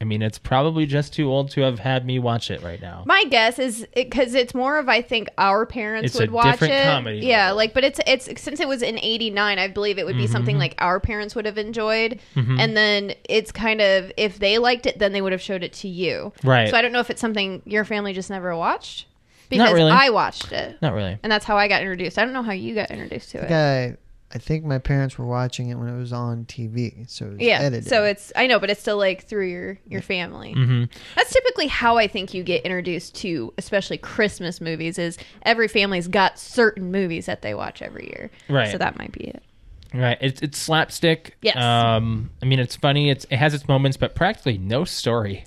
I mean, it's probably just too old to have had me watch it right now.
My guess is because it's more of I think our parents
It's a
would watch
different
it.
comedy
Yeah,
level.
like but it's it's since it was in '89, I believe it would be
Mm-hmm.
something like our parents would have enjoyed, and then it's kind of if they liked it, then they would have showed it to you.
Right.
So I don't know if it's something your family just never watched
Not
because
really.
I watched it.
Not really.
and that's how I got introduced. I don't know how you got introduced to it.
Guy, I think my parents were watching it when it was on TV, so it was
Yeah,
edited.
so it's I know, but it's still like through your your family.
Mhm.
That's typically how I think you get introduced to, especially Christmas movies. Is every family's got certain movies that they watch every year,
Right.
So that might be it.
Right. It's it's slapstick.
Yes.
Um. I mean, it's funny. It's it has its moments, but practically no story.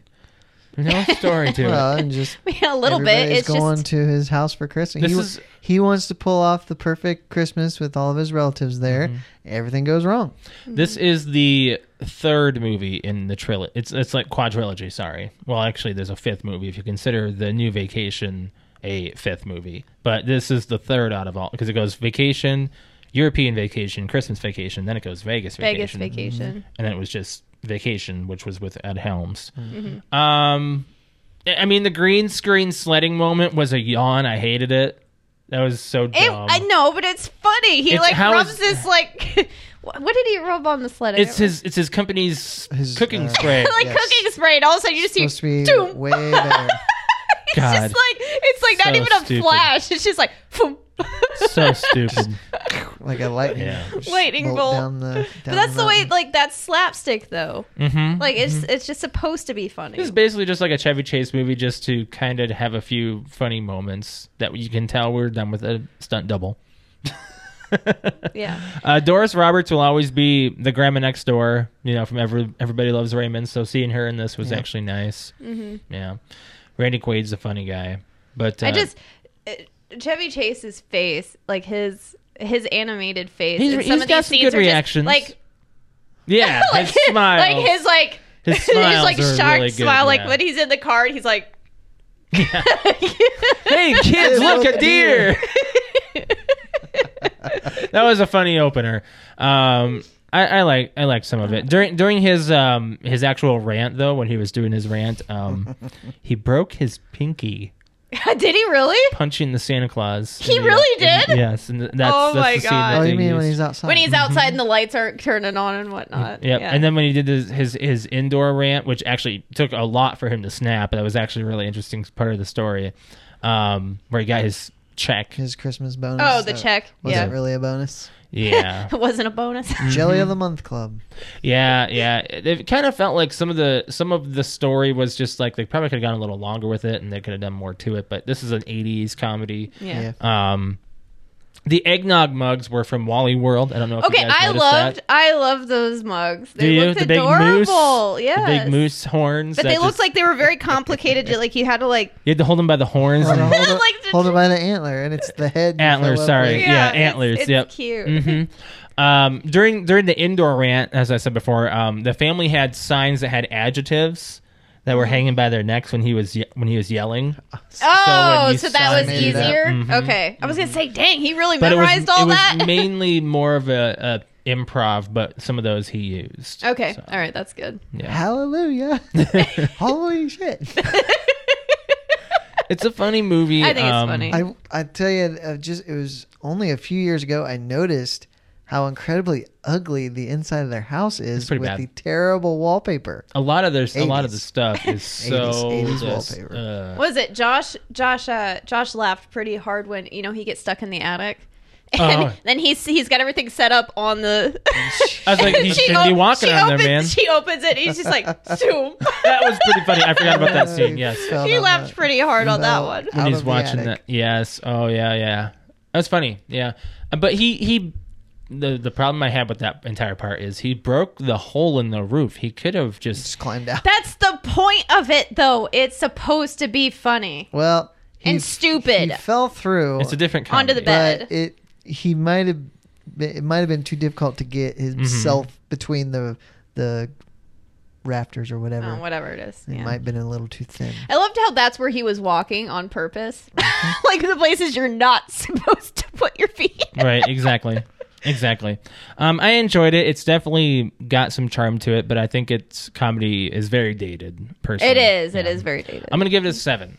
No story to it.
well, and just
Yeah, a little bit.
everybody's
It's
going
just
to his house for Christmas.
This
he,
is-
he wants to pull off the perfect Christmas with all of his relatives there.
Mm-hmm.
Everything goes wrong.
This is the third movie in the trilogy. It's it's like quadrilogy. Sorry. Well, actually, there's a fifth movie if you consider the new Vacation a fifth movie. But this is the third out of all because it goes Vacation, European Vacation, Christmas Vacation, then it goes Vegas
Vegas
Vacation,
vacation.
and then it was just Vacation, which was with Ed Helms.
Mm-hmm.
Um, I I mean, the green screen sledding moment was a yawn. I hated it. That was so
It,
dumb.
I know, but it's funny. He
Mm-hmm. Um, It's-
like
how
rubs
is-
this like. what what did he rub on the sled? I
it's
don't
his it's his company's
His,
cooking
uh,
spray.
remember. like
Yes.
cooking spray, and all of a sudden you just see.
Supposed to be
doom.
way better.
it's
God.
just like it's like not
So
even a
stupid.
flash. It's just like.
so stupid.
like a lightning
Yeah.
just
Lightning bolt.
down the. Down
But that's the way,
mountain.
like that's slapstick though.
Mm-hmm.
Like it's it's just supposed to be funny.
This is basically just like a Chevy Chase movie, just to kind of have a few funny moments that you can tell we're done with a stunt double.
Yeah,
Uh, Doris Roberts will always be the grandma next door, you know, from every, Everybody Loves Raymond. So seeing her in this was
Yeah.
actually nice. Yeah. Randy Quaid's a funny guy. But uh,
Mm-hmm. I just uh, Chevy Chase's face, like his his animated face.
He's-
in
he's got some good
are just,
reactions.
like
yeah,
like
his smile,
like his like
His
his,
smiles
like
are
shocked
really good,
smile. Like
yeah.
when he's in the car, and he's like,
hey kids, look a deer. that was a funny opener. Um, I, I like I like some of it during during his um his actual rant though when he was doing his rant um he broke his pinky
Did he really?
punching the Santa Claus.
He
in the-
really did?
yes, and th- that's,
Oh
that's
my
the scene
God.
that
Oh,
they
you mean when
used.
he's outside?
When he's outside and the lights aren't turning on and whatnot.
Yep.
Yeah.
And then when he did his, his his indoor rant, which actually took a lot for him to snap, that was actually a really interesting part of the story, um, where he got his check.
his Christmas bonus.
oh, the
that
check.
Wasn't
Yeah.
really a bonus.
Yeah,
It wasn't a bonus.
Mm. Mm-hmm.
Jelly of the Month Club.
yeah, yeah. It, it kind of felt like some of the some of the story was just like they probably could have gone a little longer with it, and they could have done more to it. But this is an '80s comedy.
yeah.
Um, the eggnog mugs were from Wally World. I don't know. if
Okay,
you guys
I
noticed
loved
that.
I loved those mugs. They
Do you?
looked
The big moose,
adorable.
the
Yeah.
big moose horns.
But
that
they
just-
looked like they were very complicated. to- like you had to like
you had to hold them by the horns.
Hold,
and-
on, hold, it,
Like the
hold it
ch-
by the antler, and it's the head. you
Antlers,
fill up
sorry.
with.
Yeah,
it's-
antlers,
It's,
yep.
cute.
hmm Um, during during the indoor rant, as I said before, um, the family had signs that had adjectives that
Mm-hmm.
were hanging by their necks when he was ye- when he was yelling.
Oh,
when you
so, that was
sign it up.
easier.
Mhm.
Okay, I was gonna say, dang, he really
But it was
memorized all
it was
that.
mainly more of a, a improv, but some of those he used.
okay,
So,
all right, that's good.
yeah.
Hallelujah! Holy shit!
It's a funny movie.
I think it's
um,
funny.
I I tell you, uh, just it was only a few years ago I noticed how incredibly ugly the inside of their house is with
pretty bad.
the terrible wallpaper.
A lot of there's a lot of the
80s.
stuff is so
80s
just,
wallpaper.
uh,
Was it Josh? Josh? Uh, Josh laughed pretty hard when you know he gets stuck in the attic, and
Oh.
then he's he's got everything set up on the.
I was like, you
She
shouldn't be
op-
walking
she
on there,
opens,
man.
She opens it. And he's just like, zoom.
That was pretty funny. I forgot about that scene. Yes.
Fell
he
down
laughed
the-
pretty hard on that
fell
one.
out
when he's
of the
watching
attic.
that. Yes. Oh yeah, yeah. That's funny. Yeah. Uh, But he he the the problem I had with that entire part is he broke the hole in the roof. He could have just
Just climbed out.
That's the point of it, though. It's supposed to be funny
Well, he,
and stupid.
he fell through.
it's a different kind
Onto
of
the bed.
but it he might have been- it might have been too difficult to get himself between the the rafters or whatever.
Oh, whatever it is.
It
Yeah.
might have been a little too thin.
I loved how that's where he was walking on purpose. like the places you're not supposed to put your feet. in.
Right, exactly. exactly. Um I enjoyed it. It's definitely got some charm to it, but I think its comedy is very dated personally.
It is. It
Yeah.
is very dated.
I'm going to give it a 7.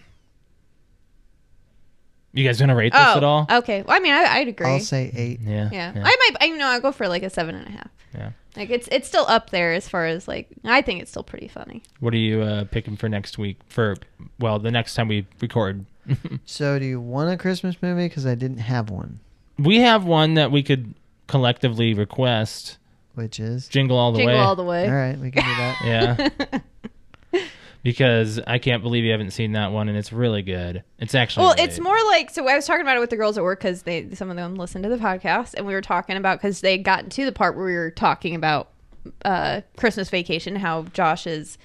You guys going to rate this
oh,
at all?
okay. Well, I mean, I, I'd agree.
I'll say eight.
yeah.
yeah. I might. I know. I go for like a seven and a half.
Yeah.
Like it's it's still up there as far as like I think it's still pretty funny.
What are you uh, picking for next week for well, the next time we record?
So, do you want a Christmas movie? Because I didn't have one,
We have one that we could collectively request.
which is
Jingle all the
Jingle
way.
all the way.
all right. We can do that.
yeah. because I can't believe you haven't seen that one, and it's really good. It's actually
Well,
really-
it's more like so. I was talking about it with the girls at work because they some of them listened to the podcast, and we were talking about because they gotten to the part where we were talking about uh, Christmas vacation, how Josh's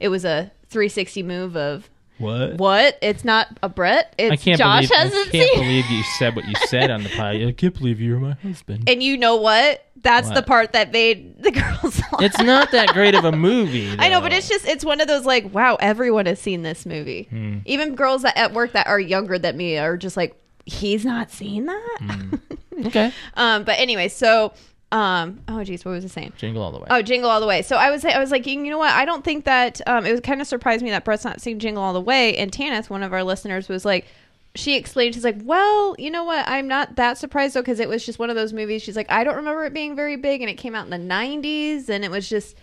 it was a 360 move of
what.
what? It's not a Brett. It's
I can't
Josh
believe I
hasn't
can't
seen.
believe you said what you said on the podcast. I can't believe you were my husband.
and you know what? That's the
What?
part that made the girls. laugh.
it's not that great of a movie.
I know, but
though.
it's just it's one of those like, wow, everyone has seen this movie.
Hmm.
Even girls that, at work that are younger than me are just like, he's not seen that.
Hmm. okay.
Um, but anyway, so um, oh geez, what was I saying?
Jingle all the way.
Oh, Jingle All the Way. So I was I was like, you know what? I don't think that um, it was kind of surprised me that Brett's not seeing Jingle All the Way. And Tanith, one of our listeners, was like, she explained, she's like, well, you know what? I'm not that surprised though because it was just one of those movies. She's like, I don't remember it being very big, and it came out in the '90s, and it was just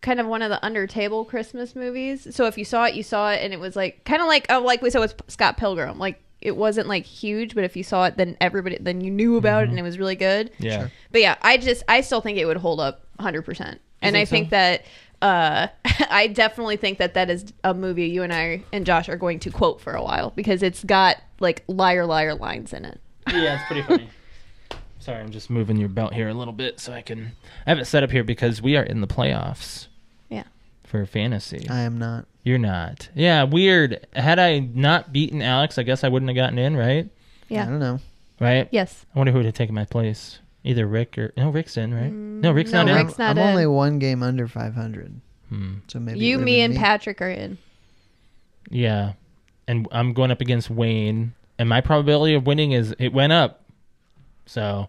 kind of one of the under table Christmas movies. So if you saw it, you saw it, and it was like kind of like oh, like we saw with Scott Pilgrim, like. It wasn't like huge, but if you saw it, then everybody then you knew about it, and it was really good.
Mm-hmm. yeah.
But yeah, I just I still think it would hold up 100%. And I
think so?
think that uh I definitely think that that is a movie you and I and Josh are going to quote for a while because it's got like liar liar lines in it.
Yeah, it's pretty funny. Sorry, I'm just moving your belt here a little bit so I can. I have it set up here because we are in the playoffs.
Yeah.
For fantasy,
I am not.
you're not. Yeah, weird. Had I not beaten Alex, I guess I wouldn't have gotten in, right?
I don't know.
Right.
Yes.
I wonder who would have taken my place. Either Rick or no, Rick's in, right? no, Rick's
Mm, no,
not
Rick's-
in.
I'm,
not
I'm only
in.
one game under 500,
Hmm.
so maybe it
you
would've
me
been
and Patrick are in.
Yeah, and I'm going up against Wayne, and my probability of winning is it went up. So,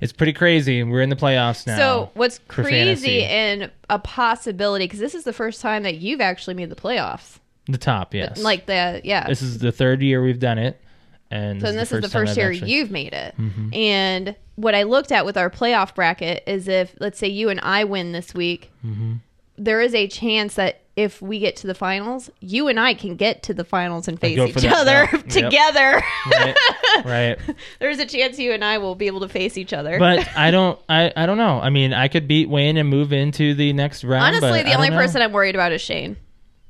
it's pretty crazy. We're in the playoffs now.
So what's
for
crazy
fantasy.
and a possibility because this is the first time that you've actually made the playoffs.
the top, yes.
Like the yeah.
this is the third year we've done it, and
so this is the
time
first
I've
year
actually- Mm-hmm.
you've made it. And what I looked at with our playoff bracket is if let's say you and I win this week,
Mm-hmm.
there is a chance that if we get to the finals, you and I can get to the finals and face
go
each
for that
other
belt. Yep.
together.
right, right.
There's a chance you and I will be able to face each other.
But I don't, I, I don't know. I mean, I could beat Wayne and move into the next round. but
honestly,
I
the
don't
only
know.
person I'm worried about is Shane.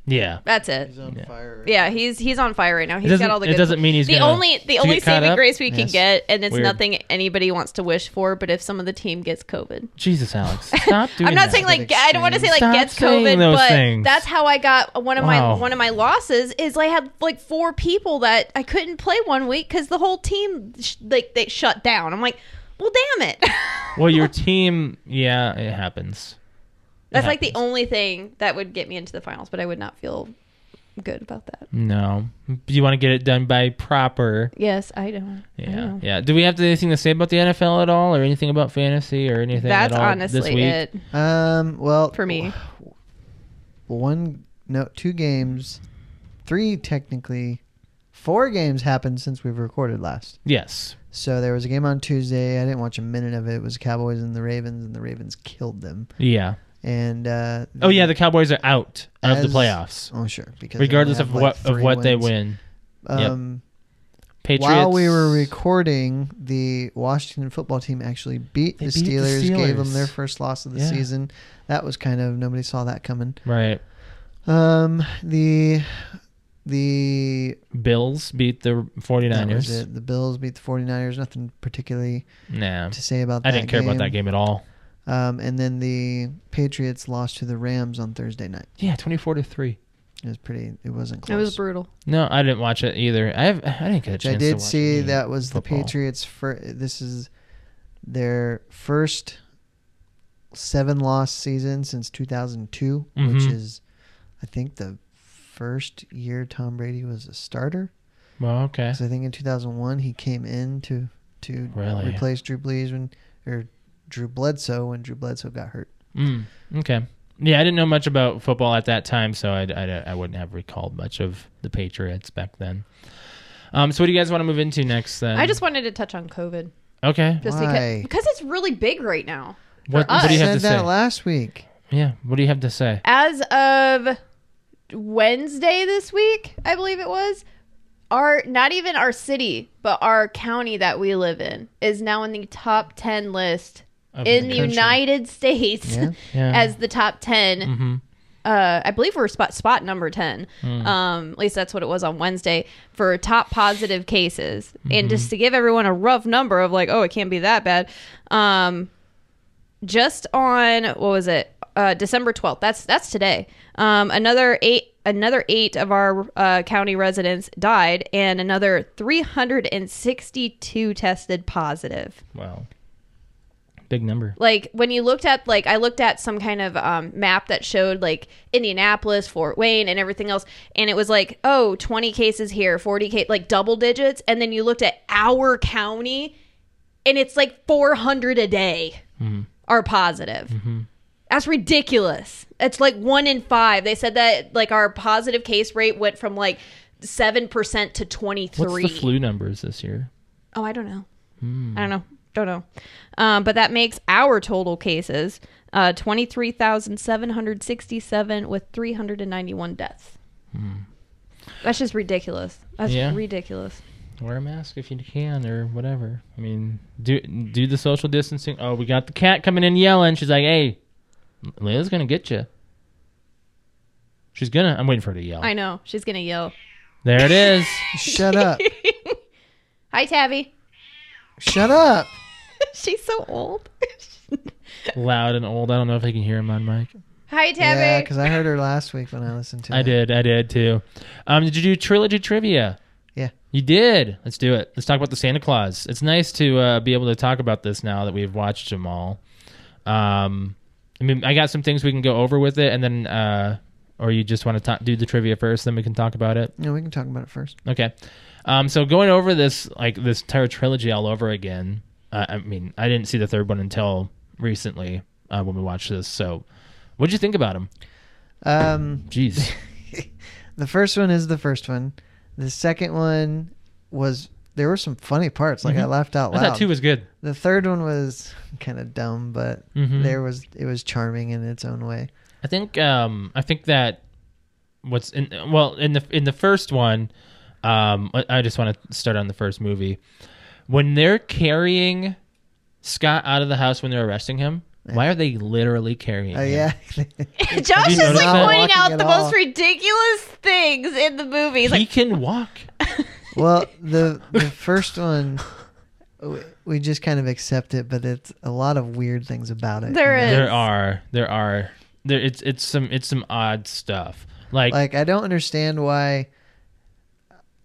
yeah,
That's it.
He's on fire.
Yeah, he's he's on fire right now.
it
He's
doesn't,
got all the
it
good.
doesn't mean he's
the
gonna-
only the
to
only
get caught
saving
up.
grace we can
Yes.
get, and it's
Weird.
nothing anybody wants to wish for. But if some of the team gets COVID,
Jesus, Alex, stop doing.
I'm not
that.
saying like I don't want to say like
Stop
gets
saying
COVID,
those
but
things.
that's how I got one of
Wow.
my one of my losses is I had like four people that I couldn't play one week because the whole team sh- like they shut down. I'm like, well, damn it.
Well, your team, yeah, it happens.
that's like the
happens.
only thing that would get me into the finals, but I would not feel good about that.
No, you want to get it done by proper.
Yes, I don't. I
Yeah,
know.
yeah. Do we have anything to say about the NFL at all, or anything about fantasy, or anything?
That's
at all this
honestly
week?
it
Um. Well,
for me.
one no two games, three technically, four games happened since we've recorded last.
Yes,
So there was a game on Tuesday. I didn't watch a minute of it. It was Cowboys and the Ravens, and the Ravens killed them.
yeah.
And uh,
Oh yeah, the Cowboys are out of the
As-
playoffs,
oh sure because they only
regardless of
have, like,
what of
three
what they
wins.
win. Yep.
Um,
Patriots.
While we were recording, the Washington football team actually beat
They
the,
beat the
Steelers, gave
Steelers.
them their first loss of the
Yeah.
season. That was kind of nobody saw that coming.
right,
Um, the the
Bills beat the
that was
49ers.
it. the Bills beat the 49ers. Nothing particularly
Nah,
to say about
I
that.
didn't care about that game at all.
Um, and then the Patriots lost to the Rams on Thursday night.
Yeah, twenty-four to three.
It was pretty. It wasn't
It
close.
was brutal.
No, I didn't watch it either. I have, I didn't get a
Which I
chance. to
did
watch
see
any
that was
football.
the Patriots. For this is their first seven loss season since 2002, which
Mhm.
is, I think, the first year Tom Brady was a starter.
Well, okay.
Because I think in 2001 he came in to to
Really?
replace Drew Brees when or Drew Bledsoe when Drew Bledsoe got hurt.
Mm, okay. Yeah, I didn't know much about football at that time, so I, I, I wouldn't have recalled much of the Patriots back then. Um, so what do you guys want to move into next? Then
I just wanted to touch on COVID
okay.
just
Why?
because because it's really big right now.
What,
us.
what do you
I
have to
said that
say?
last week.
yeah. What do you have to say?
As of Wednesday this week, I believe it was, our not even our city, but our county that we live in is now in the top 10 list
Of
in the,
country?
United States
Yeah.
Yeah.
as the top 10
Mhm.
uh, I believe we're spot spot number ten. Um, at least that's what it was on Wednesday for top positive cases. And just to give everyone a rough number of like, oh, it can't be that bad. Um, just on what was it? Uh, December twelfth. That's that's today. Um, another eight. Another eight of our uh, county residents died, and another 362 tested positive
Wow. Big number.
like when you looked at like i looked at some kind of um, map that showed like indianapolis fort wayne and everything else and it was like oh 20 cases here 40 case like double digits and then you looked at our county and it's like 400 a day
Mm-hmm.
are positive that's ridiculous it's like one in five they said that like our positive case rate went from like 7% to 23
What's the flu numbers this year?
Oh, I don't know.
Hmm.
I don't know. Don't know. Um, but that makes our total cases uh, 23,767 with 391 deaths.
Hmm.
That's just ridiculous. That's
Yeah.
ridiculous.
Wear a mask if you can, or whatever. I mean, do do the social distancing. Oh, we got the cat coming in yelling. She's like, "Hey, Leah's gonna get you." She's gonna. I'm waiting for her to yell.
I know. She's going to yell.
There it is.
Shut up!
Hi, Tabby.
Shut up!
She's so old.
Loud and old. I don't know if I can hear him on mic.
Hi,
Yeah,
Tabby.
because I heard her last week when I listened to.
I
it.
did. I did too. Um, did you do trilogy trivia?
Yeah.
You did. Let's do it. Let's talk about the Santa Claus. It's nice to uh, be able to talk about this now that we've watched them all. Um, I mean, I got some things we can go over with it, and then, uh, or you just want to ta- do the trivia first, then we can talk about it.
No, we can talk about it first.
Okay. Um, so going over this like this entire trilogy all over again. I I mean, I didn't see the third one until recently uh, when we watched this. So, what'd you think about him?
Um,
Jeez.
the first one is the first one. The second one was there were some funny parts. Like I
Mhm.
laughed out
I
loud.
thought two was good.
the third one was kind of dumb, but
Mhm.
there was it was charming in its own way.
I think um I think that what's in well in the in the first one um I- I just want to start on the first movie when they're carrying Scott out of the house when they're arresting him why are they literally carrying
Oh
him?
yeah,
Josh
noticed
is like
that?
pointing
Walking
out
at
the
all.
most ridiculous things in the movie. He's
he
like,
can walk
well the the first one we- we just kind of accept it, but it's a lot of weird things about it.
There
you know?
is.
there are there are there it's it's some it's some odd stuff like,
like I don't understand why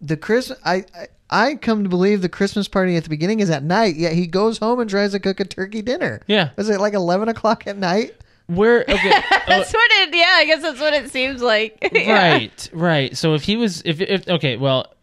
the Christmas I, I I come to believe the Christmas party at the beginning is at night, yet he goes home and tries to cook a turkey dinner.
yeah
Was it like eleven o'clock at night?
where okay oh,
that's what it. Yeah, I guess that's what it seems like. Yeah.
right right so if he was if if okay well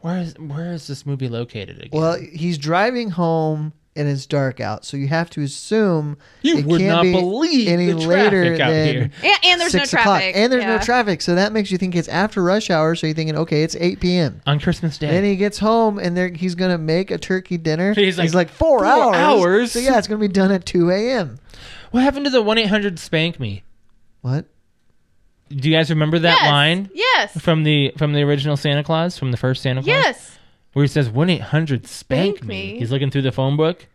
where is where is this movie located again
Well, he's driving home and it's dark out, so you have to assume
You
it
would
can't
not
be
believe
any
the
later
traffic out
than
here.
Yeah, and there's
six
no
o'clock,
traffic.
and there's
yeah.
no traffic, so that makes you think it's after rush hour. So you're thinking, okay, it's eight p.m.
on Christmas Day.
Then he gets home and there he's gonna make a turkey dinner.
He's like,
four,
"Four
hours.
hours?"
So yeah, it's gonna be done at two a.m.
What happened to the one eight hundred spank me?
What?
Do you guys remember that
Yes,
line
Yes.
from the from the original Santa Claus from the first Santa Claus?
Yes.
Where he says one eight hundred spank
Spank
me.
me.
He's looking through the phone book.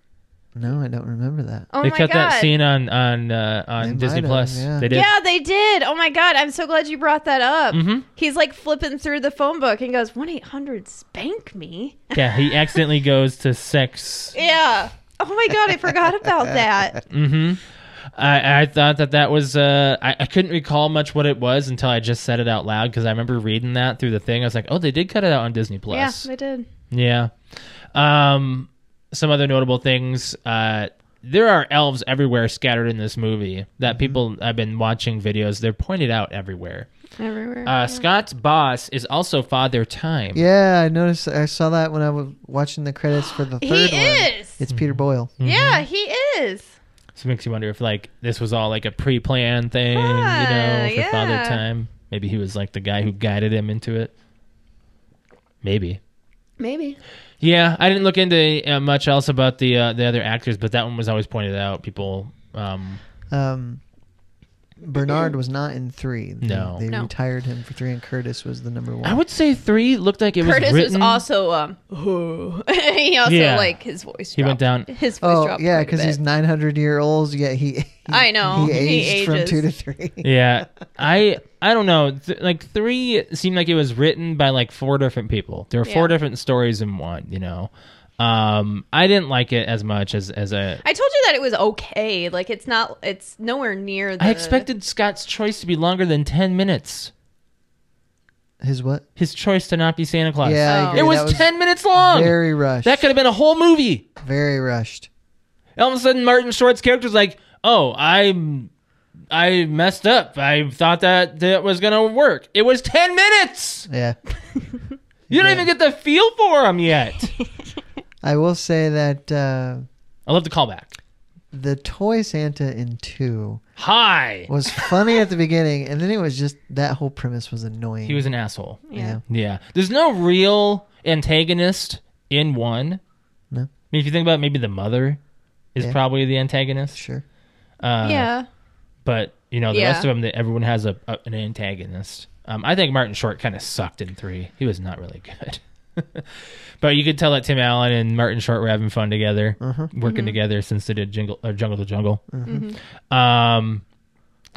No, I don't remember that.
Oh
they
my
cut
god.
that scene on on uh,
They
on Disney
might have,
Plus.
yeah.
They did.
Yeah, they did. Oh my god, I'm so glad you brought that up.
Mhm.
He's like flipping through the phone book and goes, "One eight hundred spank me."
Yeah, he accidentally goes to sex.
Yeah. Oh my god, I forgot about that.
hmm I, I thought that that was uh, I, I couldn't recall much what it was until I just said it out loud because I remember reading that through the thing. I was like, oh, they did cut it out on Disney Plus.
Yeah, they did.
Yeah. Um, some other notable things. Uh, there are elves everywhere scattered in this movie
Mm-hmm.
that people I've been watching videos. They're pointed out everywhere.
Everywhere.
Uh, Scott's boss is also Father Time.
Yeah, I noticed. I saw that when I was watching the credits for the third
he
one.
is.
It's Peter Boyle.
Mm-hmm.
Yeah, he is.
So it makes you wonder if like this was all like a pre-planned thing,
Huh,
you know, for Father
yeah.
Time. Maybe he was like the guy who guided him into it. Maybe.
Maybe.
Yeah, I didn't look into uh, much else about the uh, the other actors, but that one was always pointed out. People um,
Um, Bernard was not in three. They-
No.
they
No.
retired him for three, and Curtis was the number one.
I would say three looked like it
Curtis
was written.
is also um he also
Yeah.
like his voice
He went
dropped.
down.
His voice
oh
dropped
yeah,
quite a
because he's
bit.
nine hundred year olds. Yet he, he-
I know,
he
he
aged from
ages.
two to three.
Yeah, I I don't know. Th- like three seemed like it was written by like four different people. There were four
Yeah.
different stories in one. You know, um, I didn't like it as much as as a.
I told you that it was okay. Like it's not it's nowhere near the
I expected Scott's choice to be longer than ten minutes.
His what?
His choice to not be Santa Claus.
Yeah, I
Oh.
agree.
it was,
that
ten minutes long.
Very rushed.
That could have been a whole movie.
very rushed.
All of a sudden, Martin Short's character's like, "Oh, I'm." I messed up. I thought that that was gonna work. It was ten minutes.
Yeah.
You don't even get the feel for him yet.
I will say that uh,
I love the callback.
the toy Santa in two
Hi.
was funny at the beginning, and then it was just that whole premise was annoying.
He was an asshole.
yeah.
Yeah. There's no real antagonist in one.
No.
I mean, if you think about it, maybe the mother is
Yeah.
probably the antagonist.
sure.
Uh,
Yeah.
But you know, the
Yeah.
rest of them, that everyone has a, a- an antagonist. Um, I think Martin Short kind of sucked in three. He was not really good. but you could tell that Tim Allen and Martin Short were having fun together,
Uh-huh.
Mm-hmm.
working together since they did Jingle uh, Jungle to Jungle.
Mm-hmm.
Um,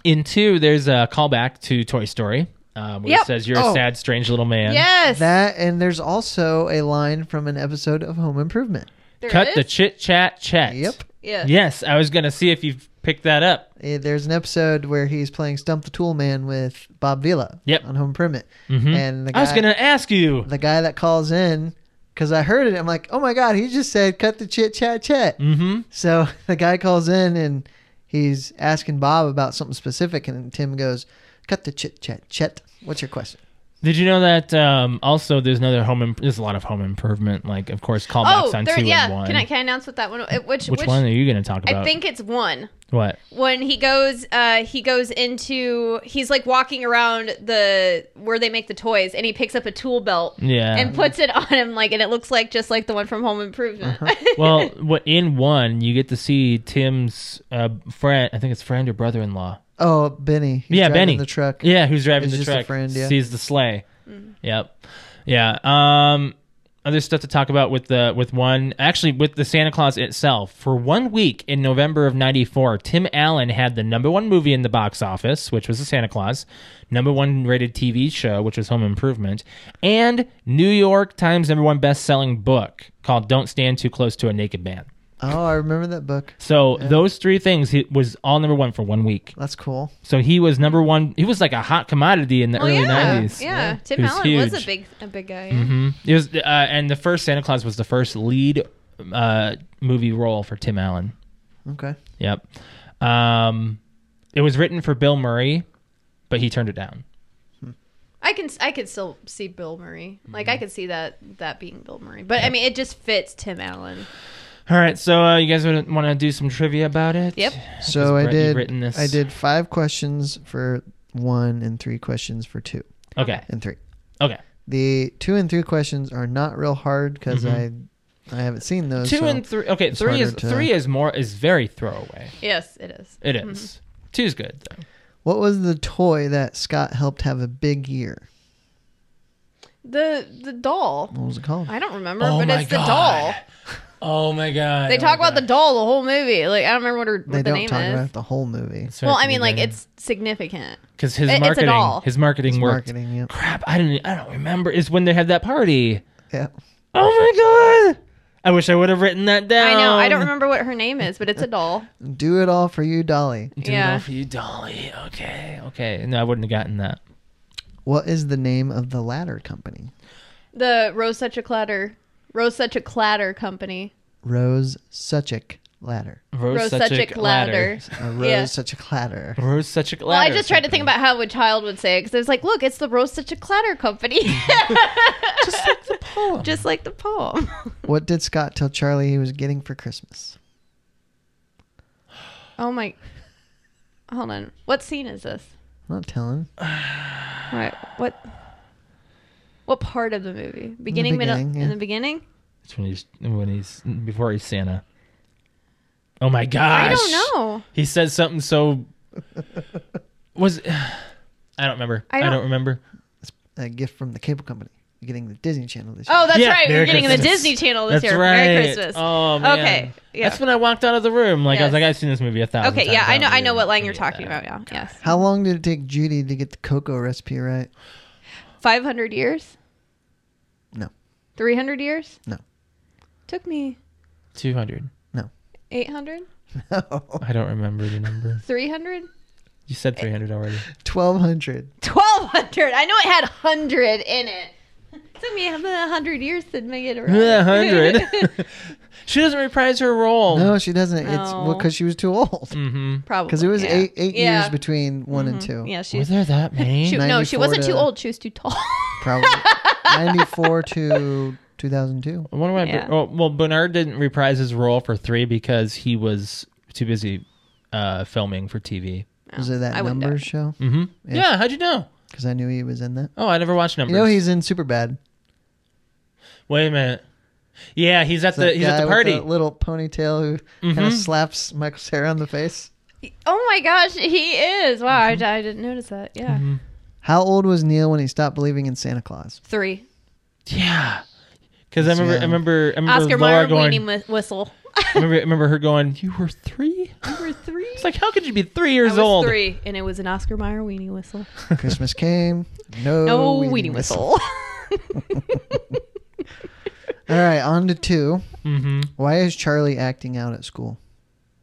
in two, there's a callback to Toy Story, um, where
Yep.
it says, "You're
Oh.
a sad, strange little man."
Yes.
That and there's also a line from an episode of Home Improvement.
There
Cut
it
the
is.
chit chat chat.
Yep.
yeah.
Yes, I was gonna see if you picked that up.
Eh, There's an episode where he's playing Stump the Tool Man with Bob Vila
Yep.
on Home Improvement,
Mhm.
and the guy,
I was gonna ask you.
the guy that calls in because I heard it. I'm like, oh my god, he just said cut the chit chat chat.
Mm-hmm.
So the guy calls in and he's asking Bob about something specific, and Tim goes, "Cut the chit chat chat. What's your question?"
Did you know that um, also there's another home? Imp- there's a lot of home improvement. Like of course callbacks
Oh,
on
there,
two
yeah.
and one.
Can I can I announce what that one? uh, Which
which, one Uh, are you going to talk about?
I think it's one.
what
when he goes uh he goes into he's like walking around the where they make the toys and he picks up a tool belt
Yeah.
and puts it on him like and it looks like just like the one from home improvement
Uh-huh. well, what in one you get to see Tim's uh, friend. I think it's friend or brother-in-law.
Oh, Benny. He's
yeah,
driving
Benny.
The truck.
Yeah, who's driving
It's
the
just a
truck?
friend, yeah.
Sees the sleigh. Yep. Yeah. Um. Other stuff to talk about with the with one actually with the Santa Claus itself. For one week in November of '94, Tim Allen had the number one movie in the box office, which was The Santa Claus, number one rated TV show, which was Home Improvement, and New York Times number one best selling book called Don't Stand Too Close to a Naked Man.
Oh, I remember that book.
So those three things he was all number one for one week.
That's cool.
So he was number one. He was like a hot commodity in the
well,
early
yeah,
90s.
yeah tim
He was
allen was
huge.
a big a big guy yeah.
hmm It was, uh, and the first Santa Claus was the first lead uh, movie role for Tim Allen.
Okay.
Yep. Um, it was written for Bill Murray, but he turned it down.
i can i could still see bill murray like
Mm-hmm.
i could see that that being bill murray but i mean it just fits tim allen
All right, so uh, you guys want to do some trivia about it?
Yep.
So I
Brett, you've
did.
written this.
I did five questions for one and three questions for two
Okay.
and three.
Okay.
The two and three questions are not real hard because I I haven't seen those.
Mm-hmm. Two
so-
and three. Okay,
it's
three is
harder to-
three is more is very throwaway.
yes it is
It is.
Mm-hmm.
Two's good though.
What was the toy that Scott helped have a big year?
the the doll
What was it called?
i don't remember
Oh
but
my
it's the
God.
doll
Oh my god.
they talk about the doll the whole movie like i don't remember what, her,
they
what the
don't
name
talk
is
about the whole movie.
Well, I mean, like it's significant.
because his
it- it's a
marketing,
doll.
his marketing
It's
worked.
marketing. Yep.
Crap, I didn't. e, I don't remember. Is when they had that party.
Yep.
Oh my god! I wish I would have written that down.
I know. I
Um,
don't remember what her name is, but it's a doll.
Do it all for you, Dolly.
Do it
Yeah.
all for you, Dolly. Okay, okay. No, I wouldn't have gotten that.
What is the name of the ladder company?
The Rose Such a Clatter, Rose Such a Clatter Company.
Rose Suchik Ladder.
Rose Suchik Ladder.
A Rose
Yeah.
Suchik Ladder.
Rose such a ladder.
Well, I just tried to think about how a child would say it because it was like, look, it's the Rose Such a Clatter Company.
just like the poem.
Just like the poem.
What did Scott tell Charlie he was getting for Christmas?
Oh my. Hold on. What scene is this?
I'm not telling.
All right. What. What part of the movie? Beginning,
beginning,
middle,
yeah.
in the beginning.
It's when he's when he's before he's Santa. Oh my gosh!
I don't know.
He said something so. Was I don't remember.
I
I
don't-
don't remember.
A gift from the cable company. You're getting the Disney Channel this
Oh,
year.
that's
Yeah,
right.
Merry
We're getting the
Christmas.
Disney Channel this
That's
year.
right.
Merry Christmas.
Oh man.
Okay. Yeah.
That's when I walked out of the room. Like I was
Yes.
like, I've seen this movie a thousand
Okay,
times.
yeah, I know,
don't
I know
need-
what line
don't
you're
need
talking
that.
about now. Yes,
How long did it take Judy to get the cocoa recipe right?
five hundred years.
No.
Three hundred years.
No.
Took me
Two hundred.
eight hundred.
No.
I don't remember the number.
Three hundred.
You said three hundred already.
1200.
Twelve hundred. I know it had hundred in it. Took me a hundred years to make it right.
Yeah, hundred. she doesn't reprise her
Oh.
role.
No, she doesn't. It's
No.
because she was too old.
Mm-hmm.
Probably
Because it was
Oh. Mm. yeah.
eight eight
Yeah. Mm-hmm.
years between one and two.
Yeah,
Was
she's.
there that many?
She, no, she
94
wasn't
to-
too old. She was too tall.
Probably 94 to 2002.
One of my
Yeah.
oh, well, Bernard didn't reprise his role for three because he was too busy uh, filming for TV.
Was it that
I wouldn't
numbers
doubt
show?
Mm-hmm.
Yeah.
Yeah. How'd you know?
Because I knew he was in that.
Oh, I never watched numbers.
You know he's in Superbad.
Wait a minute. Yeah, he's at the
That
he's at
guy
the
with
party. Mm-hmm.
little ponytail who kind of slaps Michael Sarah on the face.
it. Oh my gosh, he is! Wow,
Mm-hmm.
I d- I, didn't notice that. Yeah,
How old was Neil when he stopped believing in Santa Claus?
three.
Yeah. Because I
He's
remember, I
young.
remember, I remember
Oscar
Laura
Mayer
going.
weenie whi- whistle.
I remember, I remember her going. You were three.
Number three.
It's like, how could you be three
I
years
was
old?
three, and it was an Oscar Mayer weenie whistle.
Christmas came.
Oh,
No,
No
weenie
weenie whistle.
All right, on to two.
Mm-hmm.
Why is Charlie acting out at school?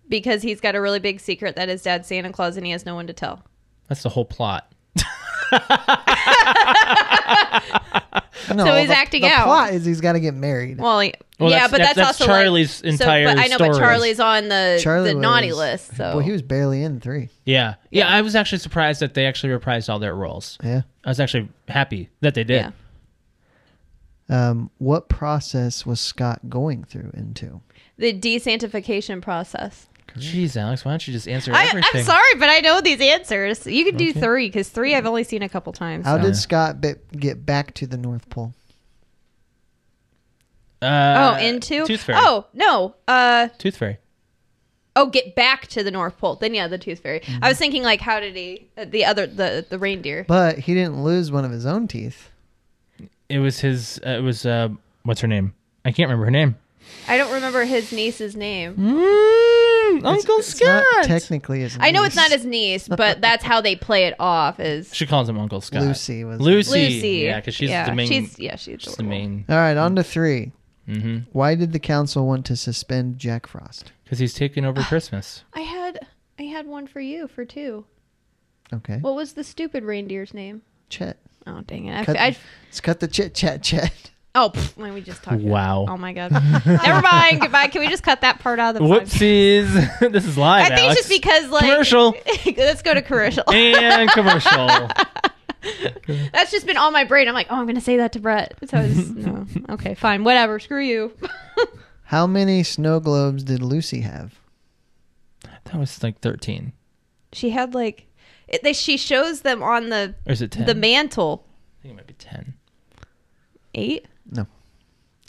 because he's got a really big secret that his dad's Santa Claus and he has no one to tell.
That's the whole plot.
No,
So he's
the-
acting
the
out.
plot is he's got to get married.
Well, he-
Well,
yeah,
that's-
but
that's-
that's,
that's
also like-
Charlie's
so-
entire
But I know, but
story.
Charlie's on the
Charlie
the naughty
was-
list. So
Well, he was barely in three.
Yeah. yeah, I was actually surprised that they actually reprised all their roles.
Yeah.
I was actually happy that they did.
yeah.
Um, what process was Scott going through into?
The desantification process.
Jeez, Alex, why don't you just answer
I,
everything?
I'm sorry, but I know these answers. You can do three because three I've only seen a couple times.
How
so.
did Scott be- get back to the North Pole?
Uh,
oh, into
Tooth Fairy.
oh no, uh,
Tooth Fairy.
oh, get back to the North Pole. Then yeah, the Tooth Fairy.
Mm-hmm.
I was thinking like, how did he uh, the other the the reindeer?
But he didn't lose one of his own teeth.
It was his. Uh, it was uh, what's her name? I can't remember her name.
I don't remember his niece's name.
Mm, Uncle
It's not technically his.
I know it's not
niece.
his niece, but that's how they play it off. Is
she calls him Uncle Scott.
Lucy was
Lucy.
Lucy?
Yeah, because she's the main.
She's yeah, she's
she's the
adorable.
main.
All right, on to three.
Mm-hmm.
Why did the council want to suspend Jack Frost?
Because he's taking over Christmas.
I had I had one for you for two.
Okay,
What was the stupid reindeer's name?
Chet.
Oh dang it! I,
Cut-
I,
Let's cut the chit chat chat.
oh, pff, why don't we just talked.
Wow.
Oh my god. Never mind. Goodbye. Can we just cut that part out of the podcast?
Whoopsies! this is live.
I think
Alex.
it's just because like
Commercial.
let's go to commercial.
and commercial.
That's just been on my brain. I'm like, oh, I'm gonna say that to Brett. So it's, no, okay, fine, whatever. Screw you.
How many snow globes did Lucy have?
that was like thirteen,
she had like, it, they, she shows them on the
or is it ten?
the mantle
I think it might be ten.
eight.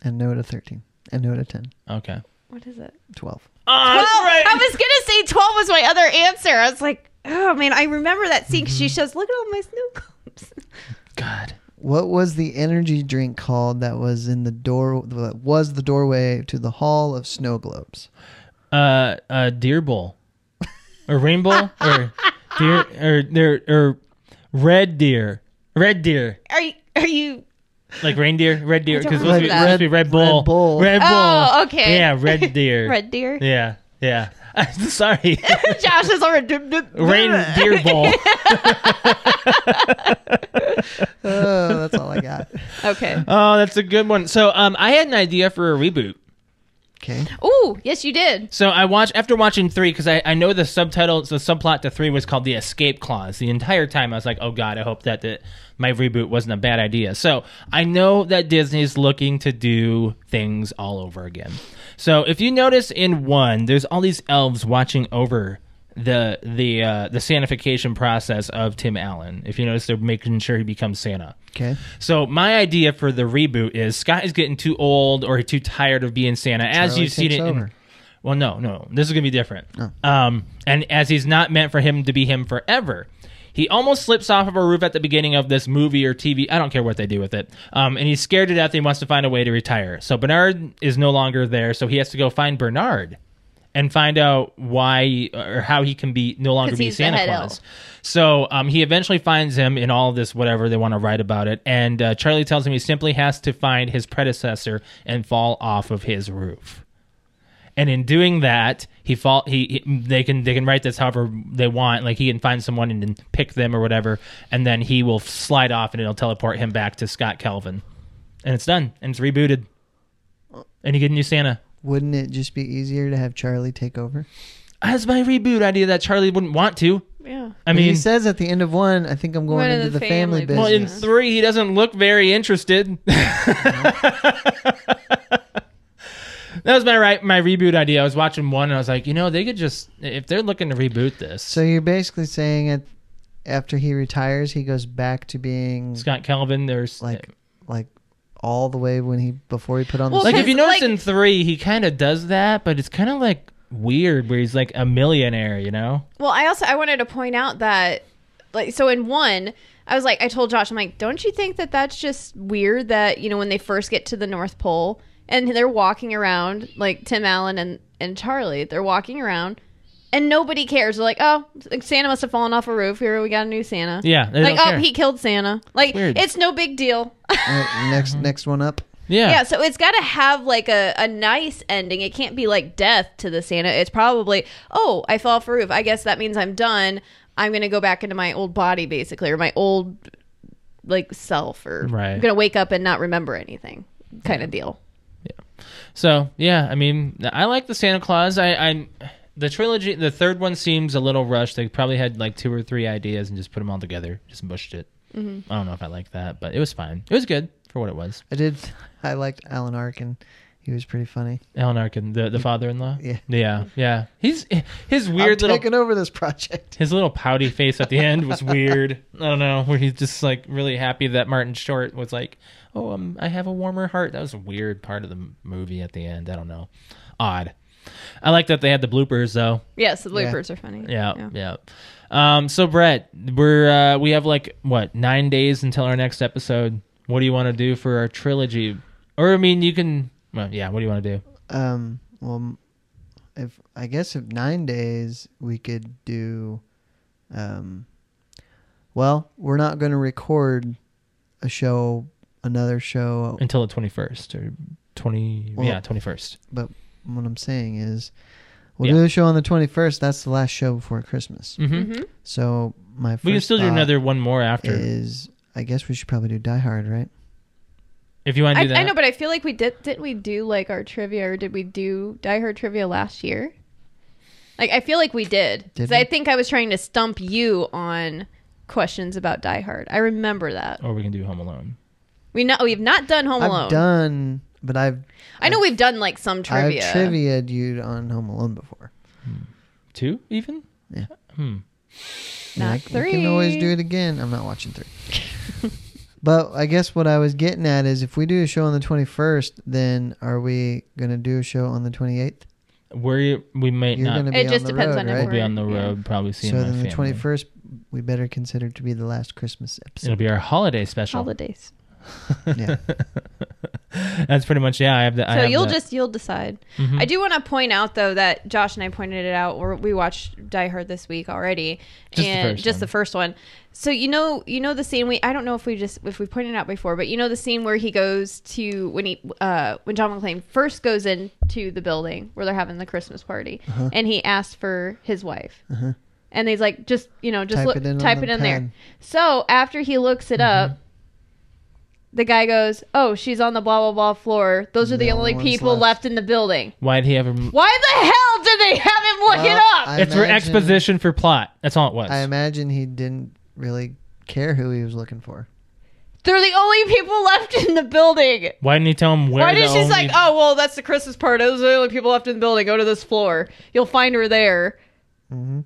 And no to 13. And no to 10.
Okay.
What is it?
12.
Oh,
Oh, I was gonna say twelve was my other answer. I was like, oh man, I remember that scene. 'cause She shows, look at all my snow globes.
God.
What was the energy drink called that was in the door that was the doorway to the hall of snow globes?
Uh, uh, deer bowl, or rain bowl, or deer, or there, or red deer, red deer,
Are you? Are you?
like reindeer, red deer, because supposed, to
remember
be-
that.
supposed to be red bull,
Red Bull.
red bull.
Oh, okay.
Yeah, red deer.
Red deer.
Yeah, yeah. Sorry,
Josh is already.
reindeer bowl.
Oh, that's all I got.
Okay.
Oh, that's a good one. So, um, I had an idea for a reboot.
Okay.
Ooh, yes, you did.
So I watched after watching three because I, I know the subtitle the subplot to three was called the escape clause. The entire time I was like, oh god, I hope that that my reboot wasn't a bad idea. So I know that Disney's looking to do things all over again. So if you notice in one, there's all these elves watching over the the uh, the sanification process of Tim Allen. If you notice, they're making sure he becomes Santa.
Okay.
So my idea for the reboot is Scott is getting too old or too tired of being Santa, as
Charlie
you've seen
takes
it. In,
over.
well, no, no, this is gonna be different. Um, and as he's not meant for him to be him forever, he almost slips off of a roof at the beginning of this movie or TV. I don't care what they do with it. Um, and he's scared to death. He wants to find a way to retire. So Bernard is no longer there. So he has to go find Bernard and find out why or how he can be no longer
'Cause
be
he's the
Santa
head
Claus. So um, he eventually finds him in all this whatever they want to write about it, and uh, Charlie tells him he simply has to find his predecessor and fall off of his roof. And in doing that, he fall he, he- they can they can write this however they want. Like he can find someone and then pick them or whatever, and then he will slide off and it'll teleport him back to Scott Kelvin, and it's done and it's rebooted, and you get a new Santa.
Wouldn't it just be easier to have Charlie take over?
That's my reboot idea that Charlie wouldn't want to.
Yeah.
I
I mean,
mean,
he says at the end of one, I think I'm going
One of
into the,
the
family,
family
business.
Well, in
business.
three, he doesn't look very interested. that was my right, my reboot idea. I was watching one, and I was like, you know, they could just if they're looking to reboot this,
so you're basically saying at, after he retires, he goes back to being
Scott Calvin. There's
like like all the way when he before he put on
Well,
the
like if you notice
like-
in three, he kind of does that, but it's kind of like weird where he's like a millionaire, you know?
Well, I also I wanted to point out that like so in one I was like I told Josh I'm like don't you think that that's just weird that you know when they first get to the North Pole and they're walking around like Tim Allen and and Charlie they're walking around and nobody cares they're like oh Santa must have fallen off a roof here we got a new Santa
Yeah, they
like
don't
oh
care.
he killed Santa like
weird.
it's no big deal
Alright, next
Uh-huh.
next one up.
Yeah,
yeah, so it's got to have like a, a nice ending. It can't be like death to the Santa. It's probably, oh, I fell off a roof. I guess that means I'm done. I'm going to go back into my old body, basically, or my old like self or
Right.
I'm gonna wake up and not remember anything kind of deal.
So yeah, I mean, I like the Santa Claus. I, I'm the trilogy. The third one seems a little rushed. They probably had like two or three ideas and just put them all together, just mushed it.
Mm-hmm.
I don't know if I like that, but it was fine. It was good for what it was.
I did. I liked Alan Arkin. He was pretty funny.
Alan Arkin, the, the father-in-law.
Yeah.
yeah, yeah. He's his
We're
weird little
taking over this project.
his little pouty face at the end was weird. I don't know where he's just like really happy that Martin Short was like, "Oh, um, I have a warmer heart." That was a weird part of the m- movie at the end. I don't know, odd. I like that they had the bloopers though.
Yes, the
Yeah.
bloopers are funny.
Yeah, yeah. Um, so Brett, we're uh, we have like what nine days until our next episode. What do you want to do for our trilogy? Or I mean, you can. Well, yeah. What do you want to do?
Um. Well, if I guess if nine days we could do, um, well, we're not going to record a show, another show.
Until the twenty first or twenty?
Well-
yeah, twenty first.
What I'm saying is, we'll
Yeah.
do the show on the 21st. That's the last show before Christmas.
Mm-hmm.
hmm
So my first
We can still do
thought
another one more after
Is I guess we should probably do Die Hard, right?
if you want to
I,
do that.
I know, but I feel like we did. Didn't we do like our trivia, or did we do Die Hard trivia last year? Like I feel like we did.
Did
'Cause I
we?
think I was trying to stump you on questions about Die Hard. I remember that.
or we can do Home Alone.
We know we've not done Home
I've
Alone.
done, but I've
I know we've done like some trivia.
I've trivia'd you on Home Alone before.
Hmm. Two even?
Yeah.
Hmm.
And
Not
I, You can always
three.
do it again. I'm not watching three. but I guess what I was getting at is if we do a show on the 21st, then are we going to do a show on the 28th?
Where you, we might
You're
not.
going to be
It
on
just
the
depends
road,
on if
right?
we'll be on the
Yeah.
road probably
so
seeing my
then the
family.
21st, we better consider to be the last Christmas
It'll
episode.
be our holiday special.
holidays.
yeah.
That's pretty much yeah. I have that.
So you'll just you'll decide.
Mhm.
I do want to point out though that Josh and I pointed it out. Or we watched Die Hard this week already,
Just the
and
first
just
one.
the first one. So you know you know the scene we I don't know if we just if we pointed it out before, but you know the scene where he goes to when he uh when John McClane first goes into the building where they're having the Christmas party, and he asks for his wife. And he's like, just you know, just
Type
look,
it in on
type
the
it in there.
pad.
So after he looks it up, the guy goes, "Oh, she's on the blah blah blah floor. Those are the,
The only
only
ones
people
left."
left. in the building.
Why'd he ever? m-
Why the hell did they have him look
Well,
it up?
I
It's for
imagine-
exposition for plot. That's all it was.
I imagine he didn't really care who he was looking for.
They're the only people left in the building.
Why didn't he tell him where?
Why
the
did she's
only-
like, oh well, that's the Christmas part. Those are the only people left in the building. Go to this floor. You'll find her there.
Mhm.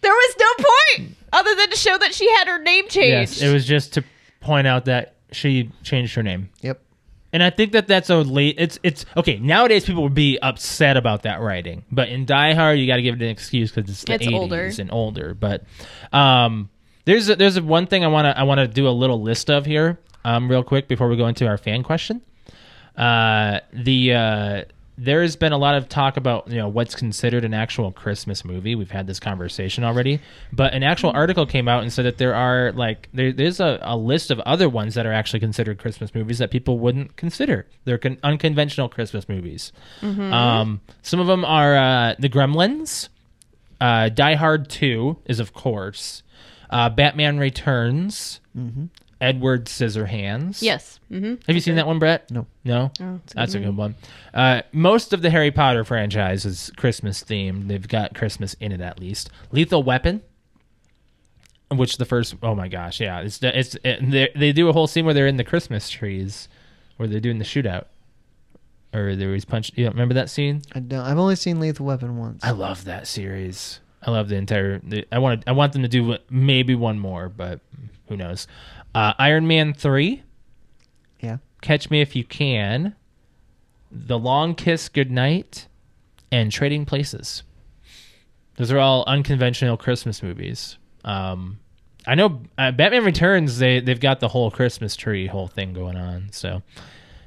There was no point other than to show that she had her name changed.
Yes, it was just to point out that she changed her name.
Yep.
And I think that that's a late. It's it's okay. Nowadays, people would be upset about that writing, but in Die Hard, you got to give it an excuse because it's the
It's
80s
older.
and older. But um, there's a, there's a one thing I wanna I wanna do a little list of here, um, real quick before we go into our fan question. Uh, the uh, there has been a lot of talk about you know what's considered an actual Christmas movie. We've had this conversation already, but an actual article came out and said that there are like there, there's a, a list of other ones that are actually considered Christmas movies that people wouldn't consider. They're con- unconventional Christmas movies. Um, some of them are uh, the Gremlins. Uh, Die Hard Two is of course, uh, Batman Returns, Edward Scissorhands.
yes. Mm-hmm.
Have you seen that one, Brett?
No.
No? That's a good one. Uh, most of the Harry Potter franchise is Christmas themed. They've got Christmas in it at least. Lethal Weapon, which the first oh my gosh, yeah, it's the- it's it, they- they do a whole scene where they're in the Christmas trees, where they're doing the shootout, or there was punch. You don't remember that scene?
I don't, I've only seen Lethal Weapon once.
I love that series. I love the entire. The, I want. I want them to do what- maybe one more, but who knows? Uh, Iron Man three.
Yeah.
Catch Me If You Can, The Long Kiss Goodnight, and Trading Places. Those are all unconventional Christmas movies. Um, I know uh, Batman Returns. They they've got the whole Christmas tree whole thing going on. So,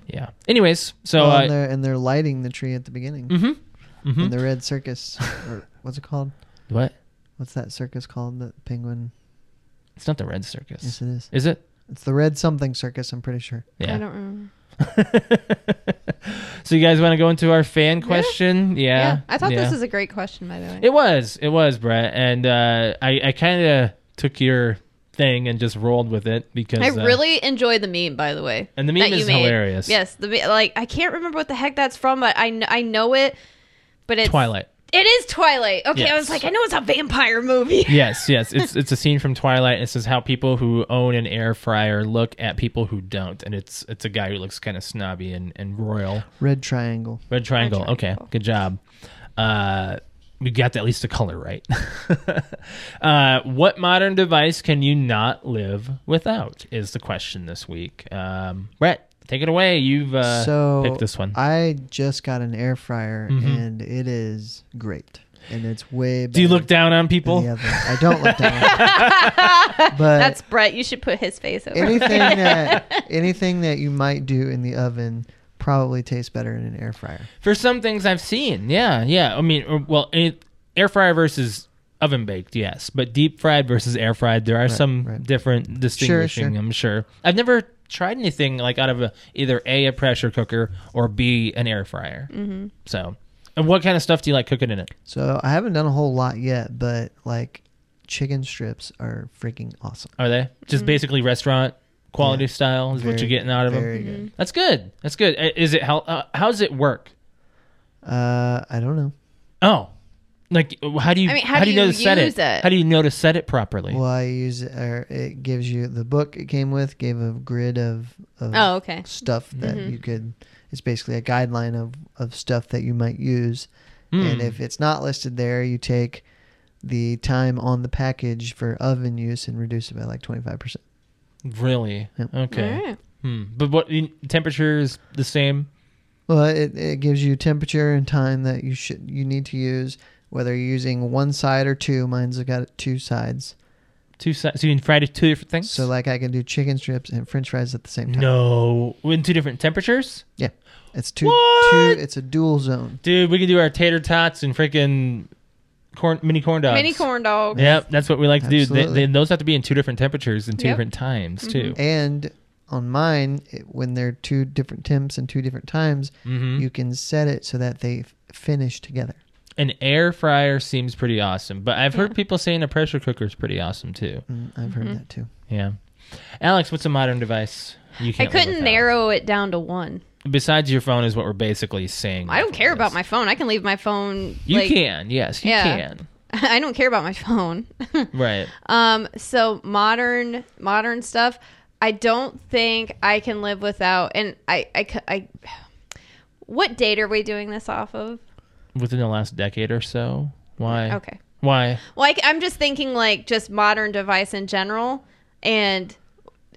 yeah. Anyways, so
Well,
uh,
and, they're, and they're lighting the tree at the beginning.
Mhm. Mhm.
In the red circus. or what's it called?
what?
What's that circus called? The penguin.
It's not the Red Circus,
Yes, it is.
is it?
It's the red something circus. I'm pretty sure.
Yeah.
I don't remember.
so you guys want to go into our fan question? Yeah.
Yeah. I thought
Yeah.
this was a great question, by the way.
It was. It was, Brett. And uh, I, I kind of took your thing and just rolled with it because
I
uh,
really enjoy the meme, by the way.
And the meme
that you
is
made.
hilarious.
Yes, the me- like I can't remember what the heck that's from, but I kn- I know it. But it's
Twilight.
It is Twilight. Okay, I
Yes.
was like, I know it's a vampire movie.
Yes, yes, it's it's a scene from Twilight. and It says how people who own an air fryer look at people who don't, and it's it's a guy who looks kind of snobby and, and royal.
Red triangle.
Red triangle.
triangle.
Okay, good job. Uh, we got at least the color right. uh, what modern device can you not live without? Is the question this week. Um, Brett, take it away. You've uh,
so
picked this one. Mm-hmm.
I just got an air fryer and it is great. And it's way better
Do you look down on
than the
people?
other. I don't look down. but
That's Brett. You should put his face over.
anything that anything that you might do in the oven probably tastes better in an air fryer.
For some things I've seen, yeah, yeah. I mean, or- well, it, air fryer versus oven baked, yes, but deep fried versus air fried, there are some
right.
different distinguishing.
sure.
I'm sure. I've never tried anything like out of a either a a pressure cooker or b an air fryer. Mm-hmm. So, and what kind of stuff do you like cooking in it?
So I haven't done a whole lot yet, but like chicken strips are freaking awesome.
Are they just basically restaurant quality style is what
Very-
you're getting out of them?
Very good.
That's good. That's good. Uh, Is it how uh, how does it work?
Uh, I don't know.
Oh. Like, how do you
I mean,
how, do you, know to set
use
it?
it?
How do you know to set it properly?
Well, I use or it gives you the book it came with gave a grid of, of
Oh, okay.
stuff that you could. It's basically a guideline of of stuff that you might use,
Hmm.
and if it's not listed there, you take the time on the package for oven use and reduce it by like twenty five percent.
Really?
Yep.
Okay.
Alright.
Hmm. But what in- temperature is the same?
Well, it, it gives you temperature and time that you should you need to use, whether you're using one side or two. Mine's got two sides,
Two si- so you can fry to two different things.
so like I can do chicken strips and French fries at the same time.
no, in two different temperatures,
Yeah, it's two
What?
two. It's a dual zone.
dude. We can do our tater tots and freaking corn mini corn dogs.
Mini corn dog.
Yep, that's what we like to do. They,
Absolutely.
they, those have to be in two different temperatures and two
Yep. Mm-hmm.
different times too.
And on mine, it, when they're two different temps and two different times,
Mm-hmm. Hmm?
you can set it so that they f- finish together.
An air fryer seems pretty awesome, but I've heard people saying a pressure cooker is pretty awesome too.
Mm, I've
Mm-hmm.
heard that too.
Yeah. Alex, what's a modern device you
I
can't live
couldn't
without?
narrow it down to one.
Besides your phone is what we're basically saying.
I don't care
Yes.
about my phone. I can leave my phone.
You
like,
can, yes, you
Yeah.
can.
I don't care about my phone.
Right.
Um, so modern modern stuff, I don't think I can live without. And I, I, c- I- what date are we doing this off of?
Within the last decade or so. Why?
Okay.
Why?
Like I'm just thinking like just modern device in general. And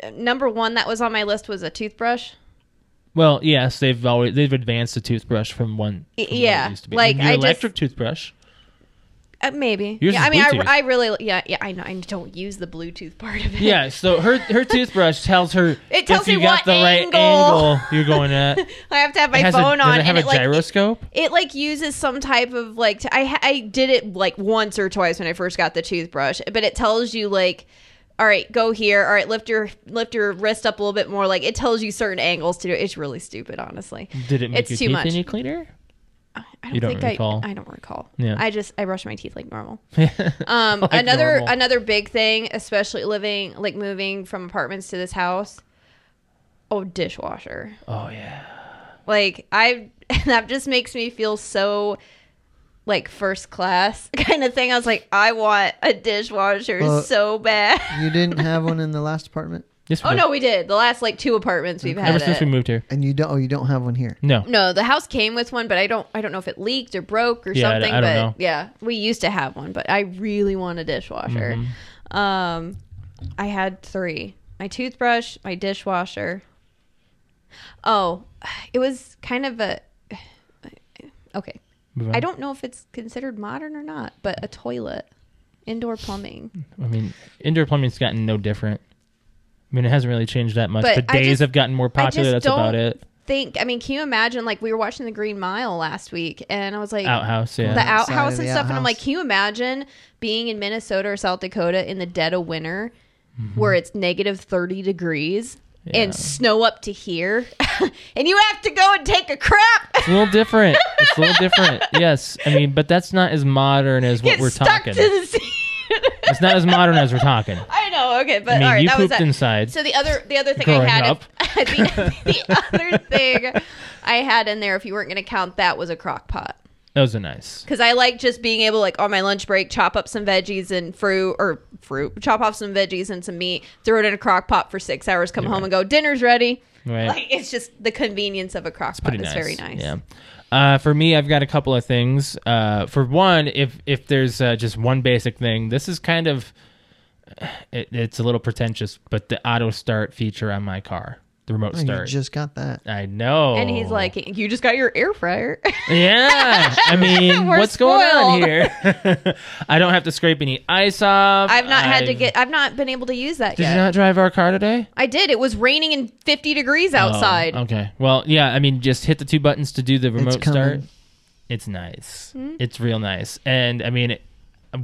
uh, number one that was on my list was a toothbrush.
Well, yes, they've always they've advanced the toothbrush from one.
Y-
from what it
yeah,
used to be.
like,
Your
I just-
electric toothbrush.
Uh, maybe.
Yours
yeah,
is
I mean,
Bluetooth.
I, I really, yeah, yeah, I know. I don't use the Bluetooth part of it.
Yeah, so her her toothbrush tells her
It tells
if you
me
got
what
the right
angle.
angle you're going at.
I have to have
It
my
has a-
phone
does
on,
it have
and
a
it like
gyroscope?
it like uses some type of like t- I ha- I did it like once or twice when I first got the toothbrush, but it tells you like all right, go here. All right, lift your lift your wrist up a little bit more. Like it tells you certain angles to do. It's really stupid, honestly.
Did it make
It's
your
too
teeth
much.
any cleaner?
I don't
You don't
think
recall?
I I don't recall.
Yeah.
I just I brush my teeth like normal.
um,
Um
Like
another
normal.
another big thing, especially living like moving from apartments to this house. Oh, dishwasher.
oh yeah.
Like I that just makes me feel so like first class kind of thing. I was like, I want a dishwasher
Well-
so bad.
You didn't have one in the last apartment,
Yes, we
Oh
did.
no, we did. The last like two apartments we've had.
Ever since
it.
we moved here.
and you don't. Oh, you don't have one here.
No.
No, the house came with one, but I don't I don't know if it leaked or broke or
Yeah, I-
something.
I don't
but
know.
yeah. We used to have one, but I really want a dishwasher.
Mm-hmm.
Um I had three. My toothbrush, my dishwasher. Oh, it was kind of a okay.
Move on.
I don't know if it's considered modern or not, but a toilet, indoor plumbing.
I mean, indoor plumbing's gotten no different. I mean, it hasn't really changed that much.
But
But,
I
days
just-
have gotten more popular.
just
That's about
don't
it.
Think, I mean, can you imagine? Like we were watching The Green Mile last week, and I was like,
Outhouse, yeah.
the
Outside of
outhouse and
the
stuff, and I'm
outhouse.
like, can you imagine being in Minnesota or South Dakota in the dead of winter, where it's negative thirty degrees
Mm-hmm. Yeah.
and snow up to here, and you have to go and take a crap.
It's a little different. It's a little different. Yes, I mean, but that's not as modern as what
Get
we're
stuck
talking.
to the seat.
It's not as modern as we're talking.
I know. no, okay,
I
but
mean,
all right,
you
that was
pooped
that.
inside.
So the other the other thing I
Growing
had
up.
the, the other thing I had in there if you weren't going to count that was a crock pot
Those are nice.
because I like just being able like on my lunch break chop up some veggies and fruit or fruit chop off some veggies and some meat throw it in a crock pot for six hours come home and go dinner's ready
Right.
like it's just the convenience of a crock pot
pretty
is
nice.
very nice
Yeah. Uh, for me, I've got a couple of things. Uh, for one, if if there's uh, just one basic thing, this is kind of it, it's a little pretentious, but the auto start feature on my car, the remote
Oh, You
start.
just got that.
I know.
and he's like you just got your air fryer
Yeah. I mean,
We're
what's going on
spoiled.
here? I don't have to scrape any ice off.
I've not had to
I've-
get I've not been able to use that
Did
yet
you not drive our car today?
I did it was raining and 50 degrees
Oh,
outside
okay. Well, yeah. I mean, just hit the two buttons to do the remote
coming.
start. It's nice. It's real nice. And I mean,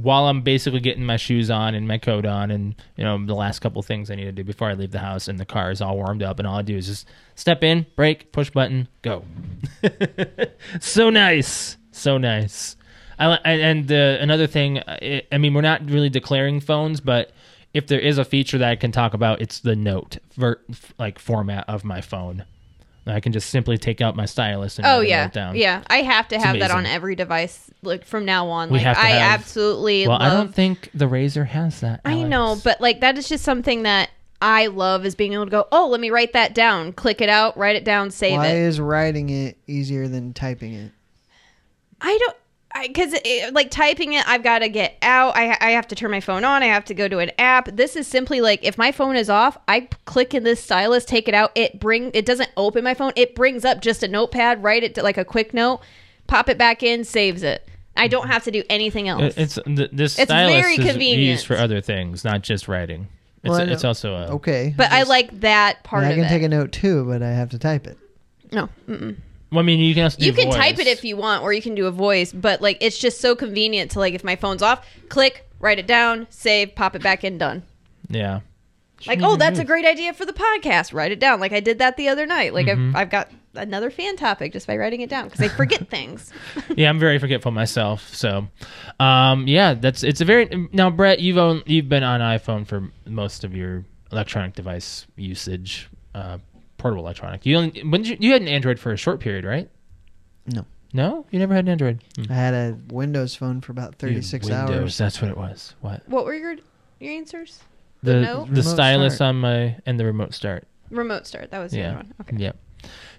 while I'm basically getting my shoes on and my coat on, and you know the last couple things I need to do before I leave the house, and the car is all warmed up, and all I do is just step in, brake, push button, go. so nice. So nice. I, li- and- and uh, another thing, I, I mean, we're not really declaring phones, but if there is a feature that I can talk about, it's the note ver- f- like format of my phone. I can just simply take out my stylus and
Oh
write it
yeah,
down.
yeah. I have to have that on
amazing.
every device, like from now on.
We
like
have to
I
have-
absolutely
Well,
love.
I don't think the razor has that.
I know,
Alex.
but like that is just something that I love is being able to go. Oh, let me write that down. Click it out. Write it down. Save
Why
it.
is writing it easier than typing it?
I don't. Because like typing it, I've got to get out. I, I have to turn my phone on. I have to go to an app. This is simply like if my phone is off, I p- click in this stylus, take it out. It bring it doesn't open my phone. It brings up just a notepad. Write it to, like a quick note, pop it back in, saves it. I don't have to do anything else.
It- it's th- this
It's
stylus
very
is
convenient.
used for other things, not just writing. It's,
Well, I know.
it's also a
Okay.
But I like that part
I
of
can
it.
take a note too, but I have to type it.
no, mm-mm.
Well, I mean, you can also do
you can
voice.
type it if you want, or you can do a voice. But like, it's just so convenient to like, if my phone's off, click, write it down, save, pop it back in, done.
Yeah.
Like, oh, that's a great idea for the podcast. Write it down. Like I did that the other night. Like
Mm-hmm.
I've, I've got another fan topic just by writing it down because I forget things.
yeah, I'm very forgetful myself. So, um, yeah, that's it's a very now, Brett. You've own, you've been on iPhone for most of your electronic device usage, uh, portable electronic. You only, when did you, you had an Android for a short period, right?
No.
no, you never had an Android. Mm.
I had a Windows phone for about 36
You- Windows,
hours.
That's what it was. What
What were your your answers?
the
note?
the
Remote
stylus
start.
on my and the remote start.
Remote start. That was the
Yeah.
other one. Okay.
Yep.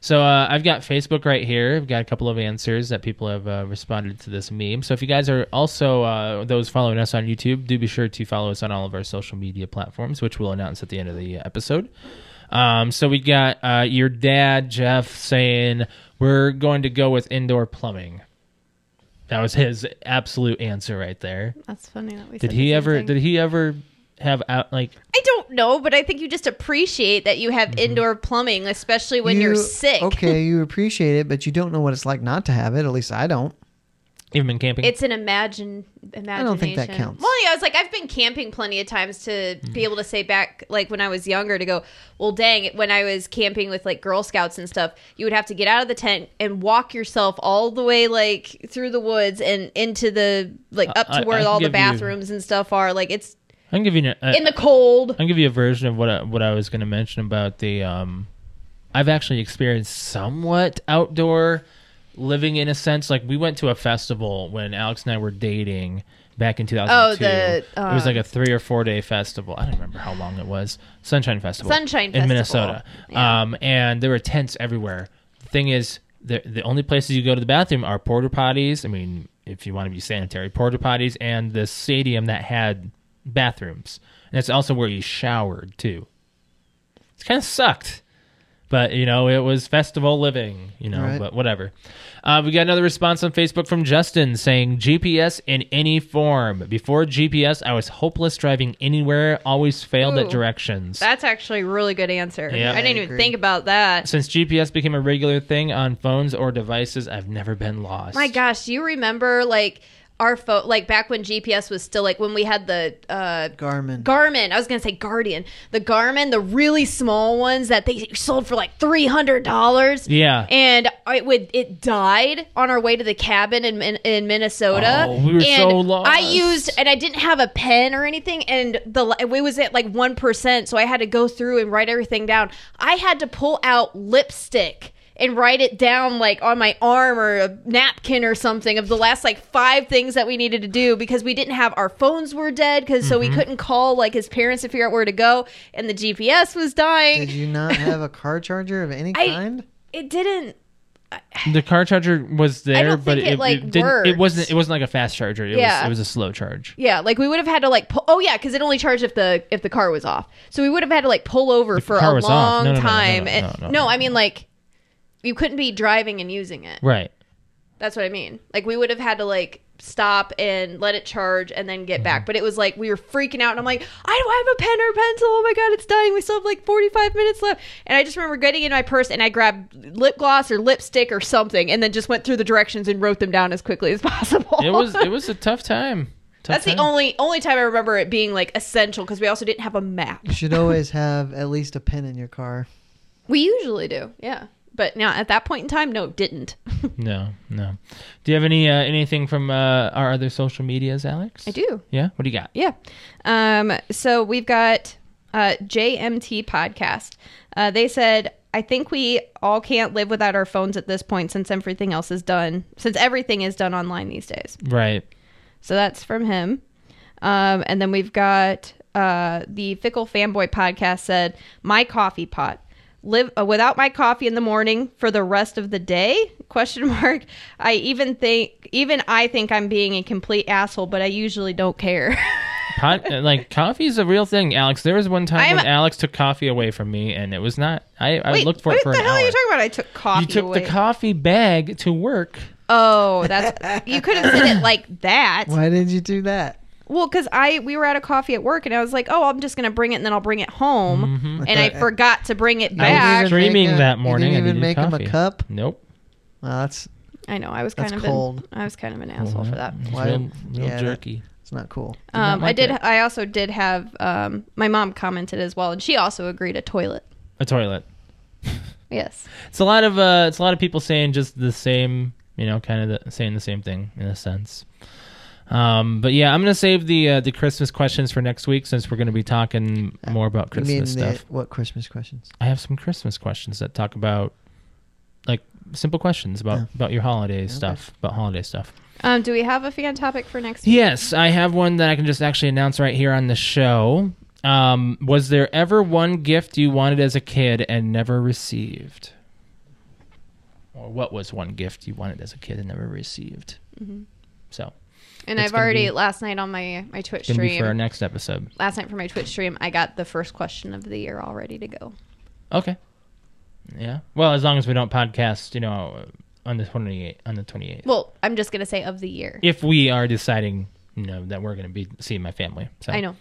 So uh, I've got Facebook right here. I've got a couple of answers that people have uh, responded to this meme. So if you guys are also uh, those following us on YouTube, do be sure to follow us on all of our social media platforms, which we'll announce at the end of the episode. Um, so we got uh, your dad Jeff saying we're going to go with indoor plumbing. That was his absolute answer right there.
That's funny that we
Did
said the
he
same
ever?
thing.
Did he ever have out like?
I don't know, but I think you just appreciate that you have
Mm-hmm.
indoor plumbing, especially when you, are
You-
sick.
okay, you appreciate it, but you don't know what it's like not to have it. At least I don't.
Even been camping?
It's an imagine imagination.
don't think that counts.
Well, yeah, I was like, I've been camping plenty of times to
Mm.
be able to say back, like when I was younger, to go, well, dang, when I was camping with like Girl Scouts and stuff, you would have to get out of the tent and walk yourself all the way like through the woods and into the like up
I- I
to where
can
all the
give you-
bathrooms and stuff are. Like it's
I can give you. An, uh, a-
in the cold.
I'll give you a version of what I, what I was going to mention about the. Um, I've actually experienced somewhat outdoor living in a sense. Like we went to a festival when Alex and I were dating back in 2002.
Oh, the,
it was
um,
like a three or four day festival. I don't remember how long it was. Sunshine Festival.
Sunshine
in
Festival.
Minnesota. Um, and there were tents everywhere. The thing is, the the only places you go to the bathroom are porta potties. I mean, if you want to be sanitary, porta potties, and the stadium that had bathrooms, and it's also where you showered too. It's kind of sucked, but you know it was festival living. You know,
Right.
but whatever. Uh, we got another response on Facebook from Justin saying GPS in any form. Before GPS, I was hopeless driving anywhere. Always failed at
Ooh.
directions.
That's actually a really good answer.
Yeah.
I didn't
I
even
agree.
think about that.
Since GPS became a regular thing on phones or devices, I've never been lost.
My gosh, do you remember like our phone, like back when GPS was still like when we had the uh,
Garmin.
Garmin. I was gonna say Guardian. The Garmin, the really small ones that they sold for like three hundred dollars.
Yeah.
And it would it died on our way to the cabin in in, in Minnesota.
Oh, we were
and
so lost.
I used and I didn't have a pen or anything, and the it was at like one percent, so I had to go through and write everything down. I had to pull out lipstick. And write it down like on my arm or a napkin or something of the last like five things that we needed to do because we didn't have our phones were dead because so we
Mm-hmm.
couldn't call like his parents to figure out where to go and the GPS was dying.
Did you not have a car charger of any
I-
kind?
it didn't
The car charger was there,
don't
but
think it,
it,
like,
didn't. It wasn't.
worked.
It wasn't like a fast charger. It
Yeah.
was. It was a slow charge.
Yeah, like we would have had to like pull, oh yeah, because it only charged if the if the car was off. So we would have had to like pull over for
car
a
was off.
long
No, no, no, no,
time.
no,
And-
no, no, no,
I mean like you couldn't be driving and using it.
Right.
That's what I mean. Like we would have had to like stop and let it charge and then get
Mm-hmm.
back. But it was like we were freaking out, and I'm like, I don't have a pen or pencil. Oh my god, it's dying. We still have like 45 minutes left. And I just remember getting in my purse and I grabbed lip gloss or lipstick or something, and then just went through the directions and wrote them down as quickly as possible.
It was. It was a tough time. Tough
That's the
time.
only only time I remember it being like essential because we also didn't have a map.
You should always have at least a pen in your car.
We usually do, yeah. But now at that point in time, no, it didn't.
No. No. Do you have any uh, anything from uh, our other social medias, Alex?
I do,
Yeah. What do you got?
yeah. Um, so we've got uh, JMT podcast. Uh, they said, I think we all can't live without our phones at this point since everything else is done, since everything is done online these days.
Right.
So that's from him. Um, and then we've got uh, the Fickle Fanboy podcast said, "My coffee pot." Live uh, without my coffee in the morning for the rest of the day? Question mark. I even think even I think I'm being a complete asshole, but I usually don't care.
Pot, like coffee is a real thing, Alex. There was one time
I'm-
when Alex took coffee away from me, and it was not. I, I looked for it
what
for
the
an
hell
hour.
are you talking about? I took coffee
You took
away.
the coffee bag to work.
oh, that's you could have said it like that.
Why did you do that?
Well, because I we were at a coffee at work, and I was like, "Oh, I'm just gonna bring it, and then I'll bring it home."
Mm-hmm.
And I
thought-
forgot to bring it
I didn't
back.
even
Dreaming
make a-
that morning,
You didn't
I
even
needed
make him
coffee.
a cup.
Nope.
Well, that's
I know. I was
That's
kind of
cold.
An, I was kind of an asshole for that.
It's
Why-
Mm-hmm. Real, real
yeah, that-
jerky.
it's not cool.
not
Um, I
like
did.
it.
I also did have um, my mom commented as well, and she also agreed a toilet.
A toilet.
Yes.
It's a lot of uh, it's a lot of people saying just the same, you know, kind of the, saying the same thing in a sense. Um, but yeah, I'm gonna save the uh, the Christmas questions for next week since we're gonna be talking more about
Uh, You mean
Christmas stuff.
The, what Christmas questions?
I have some Christmas questions that talk about like simple questions about
Yeah.
about your holiday stuff, about holiday stuff.
Um, do we have a fan topic for next week?
Yes, I have one that I can just actually announce right here on the show. Um, was there ever one gift you wanted as a kid and never received? Or what was one gift you wanted as a kid and never received?
Mm-hmm.
So,
And
It's
I've
gonna
already
be-
last night on my my Twitch
it's going to be for our
stream.
next episode.
Last night for my Twitch stream, I got the first question of the year all ready to go.
Okay. Yeah. Well, as long as we don't podcast, you know, on the 28th, on the 28th.
Well, I'm just gonna say of the year.
If we are deciding, you know, that we're going to be seeing my family. So,
I know,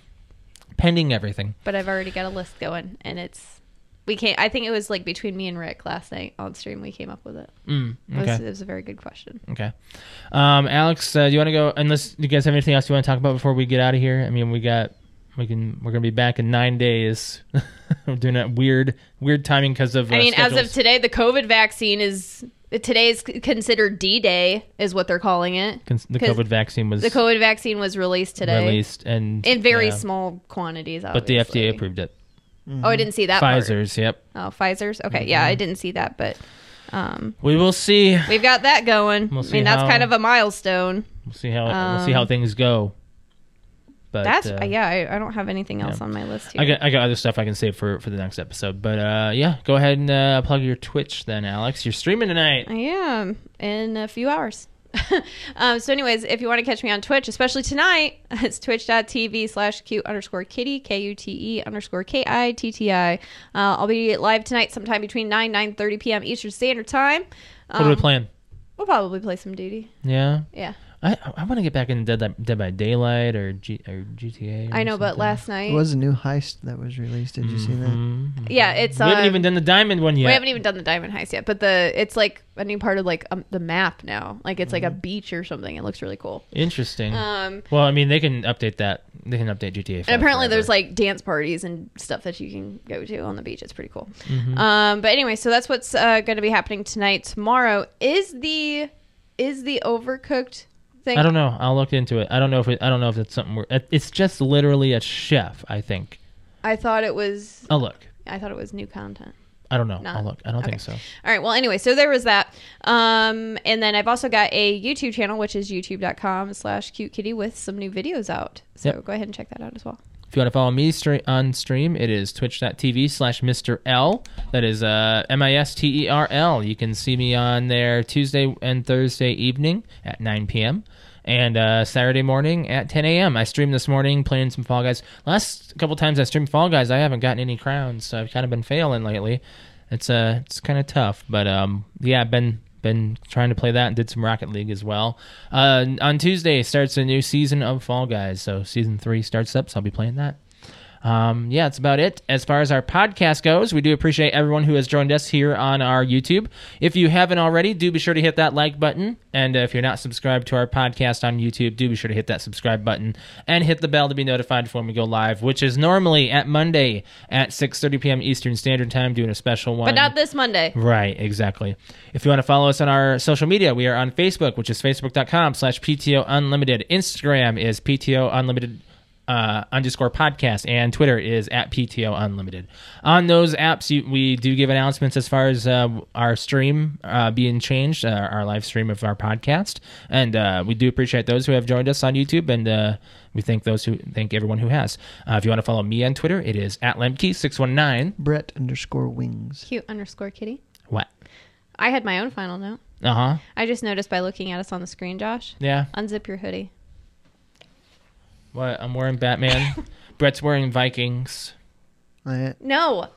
Pending everything.
but I've already got a list going, and it's we can't. I think it was like between me and Rick last night on stream. We came up with it.
Mm,
It was,
okay.
it was a very good question.
Okay. Um, Alex, uh, do you want to go? Unless you guys have anything else you want to talk about before we get out of here? I mean, we got we can we're gonna be back in nine days. we're doing that weird weird timing because of. Uh,
I mean, as of
schedules.
today, the COVID vaccine is today's considered D Day, is what they're calling it.
Cons- the
'cause
COVID vaccine was
The COVID vaccine was released today
released and
in very
yeah.
small quantities.
but the
obviously.
FDA approved Mm-hmm. it.
Oh, I didn't see that. part.
Pfizer's, yep.
Oh, Pfizer's. Okay, yeah, I didn't see that, but um,
We will see.
we've got that going.
We'll
I
see
mean, that's
how-
kind of a milestone.
We'll see how we'll see how
Um,
things go. But
that's
uh,
yeah. I, I don't have anything else on my list here.
I got I got other stuff I can save for for the next episode. But uh, yeah, go ahead and uh, plug your Twitch then, Alex. You're streaming tonight.
I am in a few hours. um, so, anyways, if you want to catch me on Twitch, especially tonight, it's twitch.tv slash cute underscore kitty, K U T E underscore K I T T I. Uh, I'll be live tonight sometime between 9 9 30 p.m. Eastern Standard Time. Um,
What are we playing?
We'll probably play some duty.
Yeah,
Yeah,
I I want to get back in Dead, by- Dead by Daylight or G, or GTA. Or
I know. But
something.
last night,
It was a new heist that was released. Did you see that?
Mhm.
yeah, it's
we haven't
um,
even done the diamond one yet.
We haven't even done the diamond heist yet, but the it's like a new part of like um, the map now. Like it's
Mm-hmm.
like a beach or something. It looks really cool.
Interesting.
Um,
well, I mean, they can update that. They can update GTA. 5
and apparently
forever.
there's like dance parties and stuff that you can go to on the beach. It's pretty cool.
Mm-hmm.
Um, but anyway, so that's what's uh, going to be happening tonight. Tomorrow is the is the overcooked thing.
I don't know. I'll look into it. I don't know if it, I don't know if it's something. We're, it- it's just literally a chef. I think.
I thought it was
I'll look.
I thought it was new content.
I don't know.
Not-
I'll look. I don't
okay.
think so.
All right. Well, anyway, so there was that. Um, and then I've also got a YouTube channel, which is youtube.com slash cute kitty with some new videos out. So
Yep.
go ahead and check that out as well.
If you want to follow me straight on stream, it is twitch.tv slash Mr. L. That is uh, M I S T E R L. You can see me on there Tuesday and Thursday evening at 9 p.m. and uh, Saturday morning at 10 a.m. I streamed this morning playing some Fall Guys. Last couple times I streamed Fall Guys, I haven't gotten any crowns, so I've kind of been failing lately. It's uh, it's kind of tough, but um, yeah, I've been been trying to play that and did some Rocket League as well. Uh, on Tuesday starts a new season of Fall Guys, so season three starts up, so I'll be playing that. Um, yeah, that's about it. As far as our podcast goes, we do appreciate everyone who has joined us here on our YouTube. If you haven't already, do be sure to hit that like button. And uh, if you're not subscribed to our podcast on YouTube, do be sure to hit that subscribe button and hit the bell to be notified when we go live, which is normally at Monday at 6.30 p.m. Eastern Standard Time, doing a special one.
But not this Monday.
Right, exactly. If you want to follow us on our social media, we are on Facebook, which is facebook.com slash PTO Unlimited. Instagram is PTO Unlimited uh, underscore podcast, and Twitter is at PTO Unlimited. On those apps, you, we do give announcements as far as uh, our stream uh, being changed, uh, our live stream of our podcast. And uh, we do appreciate those who have joined us on YouTube, and uh, we thank those who thank everyone who has. Uh, if you want to follow me on Twitter, it is at Lemke619.
Brett underscore wings.
Cute underscore kitty.
What?
I had my own final note.
Uh huh.
I just noticed by looking at us on the screen, Josh.
Yeah.
Unzip your hoodie.
What? I'm wearing Batman. Brett's wearing Vikings.
I-
No,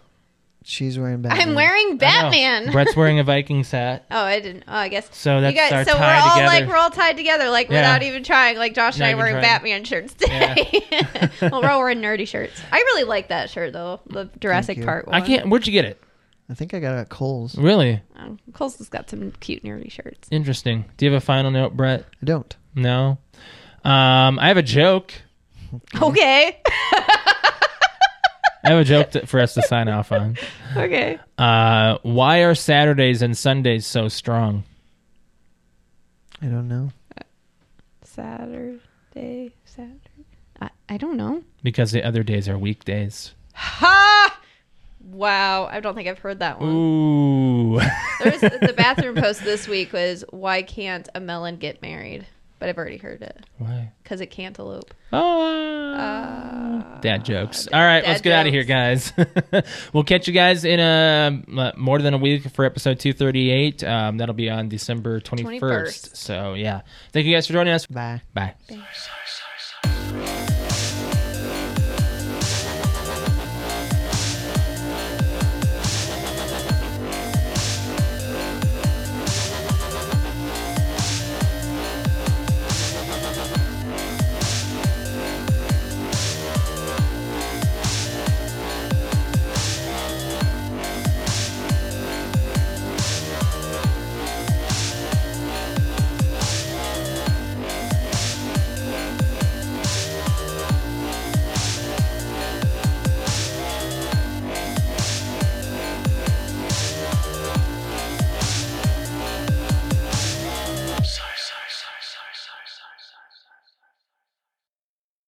she's wearing Batman.
I'm wearing
I know.
Batman.
Brett's wearing a Vikings hat.
oh, I didn't. Oh, I guess.
So that's
you guys,
our
so we're
tie
all
together.
like we're all tied together, like
Yeah.
without even trying. Like Josh
Not
and I
even
wearing
trying.
Batman shirts today. well, we're all wearing nerdy shirts. I really like that shirt though, the Jurassic
you.
Park one.
I can't. Where'd you get it?
I think I got it at Coles.
Really
Oh, Cole's has got some cute nerdy shirts.
interesting. Do you have a final note, Brett?
I don't.
No. Um, I have a joke.
Okay.
I have a joke to, for us to sign off on.
okay.
Uh, why are Saturdays and Sundays so strong?
I don't know.
Saturday, Saturday. I, I don't know.
Because the other days are weekdays.
Ha! Wow, I don't think I've heard that one.
Ooh.
There was, the bathroom post this week was why can't a melon get married? But I've already heard it
Why?
because it cantaloupe.
Oh.
Uh,
dad jokes. All right,
dad
let's get out of here,
jokes.
guys. we'll catch you guys in a uh, more than a week for episode 238. Um, that'll be on December 21st.
21st.
So, yeah. Thank you guys for joining us.
Bye.
Bye.
Thanks.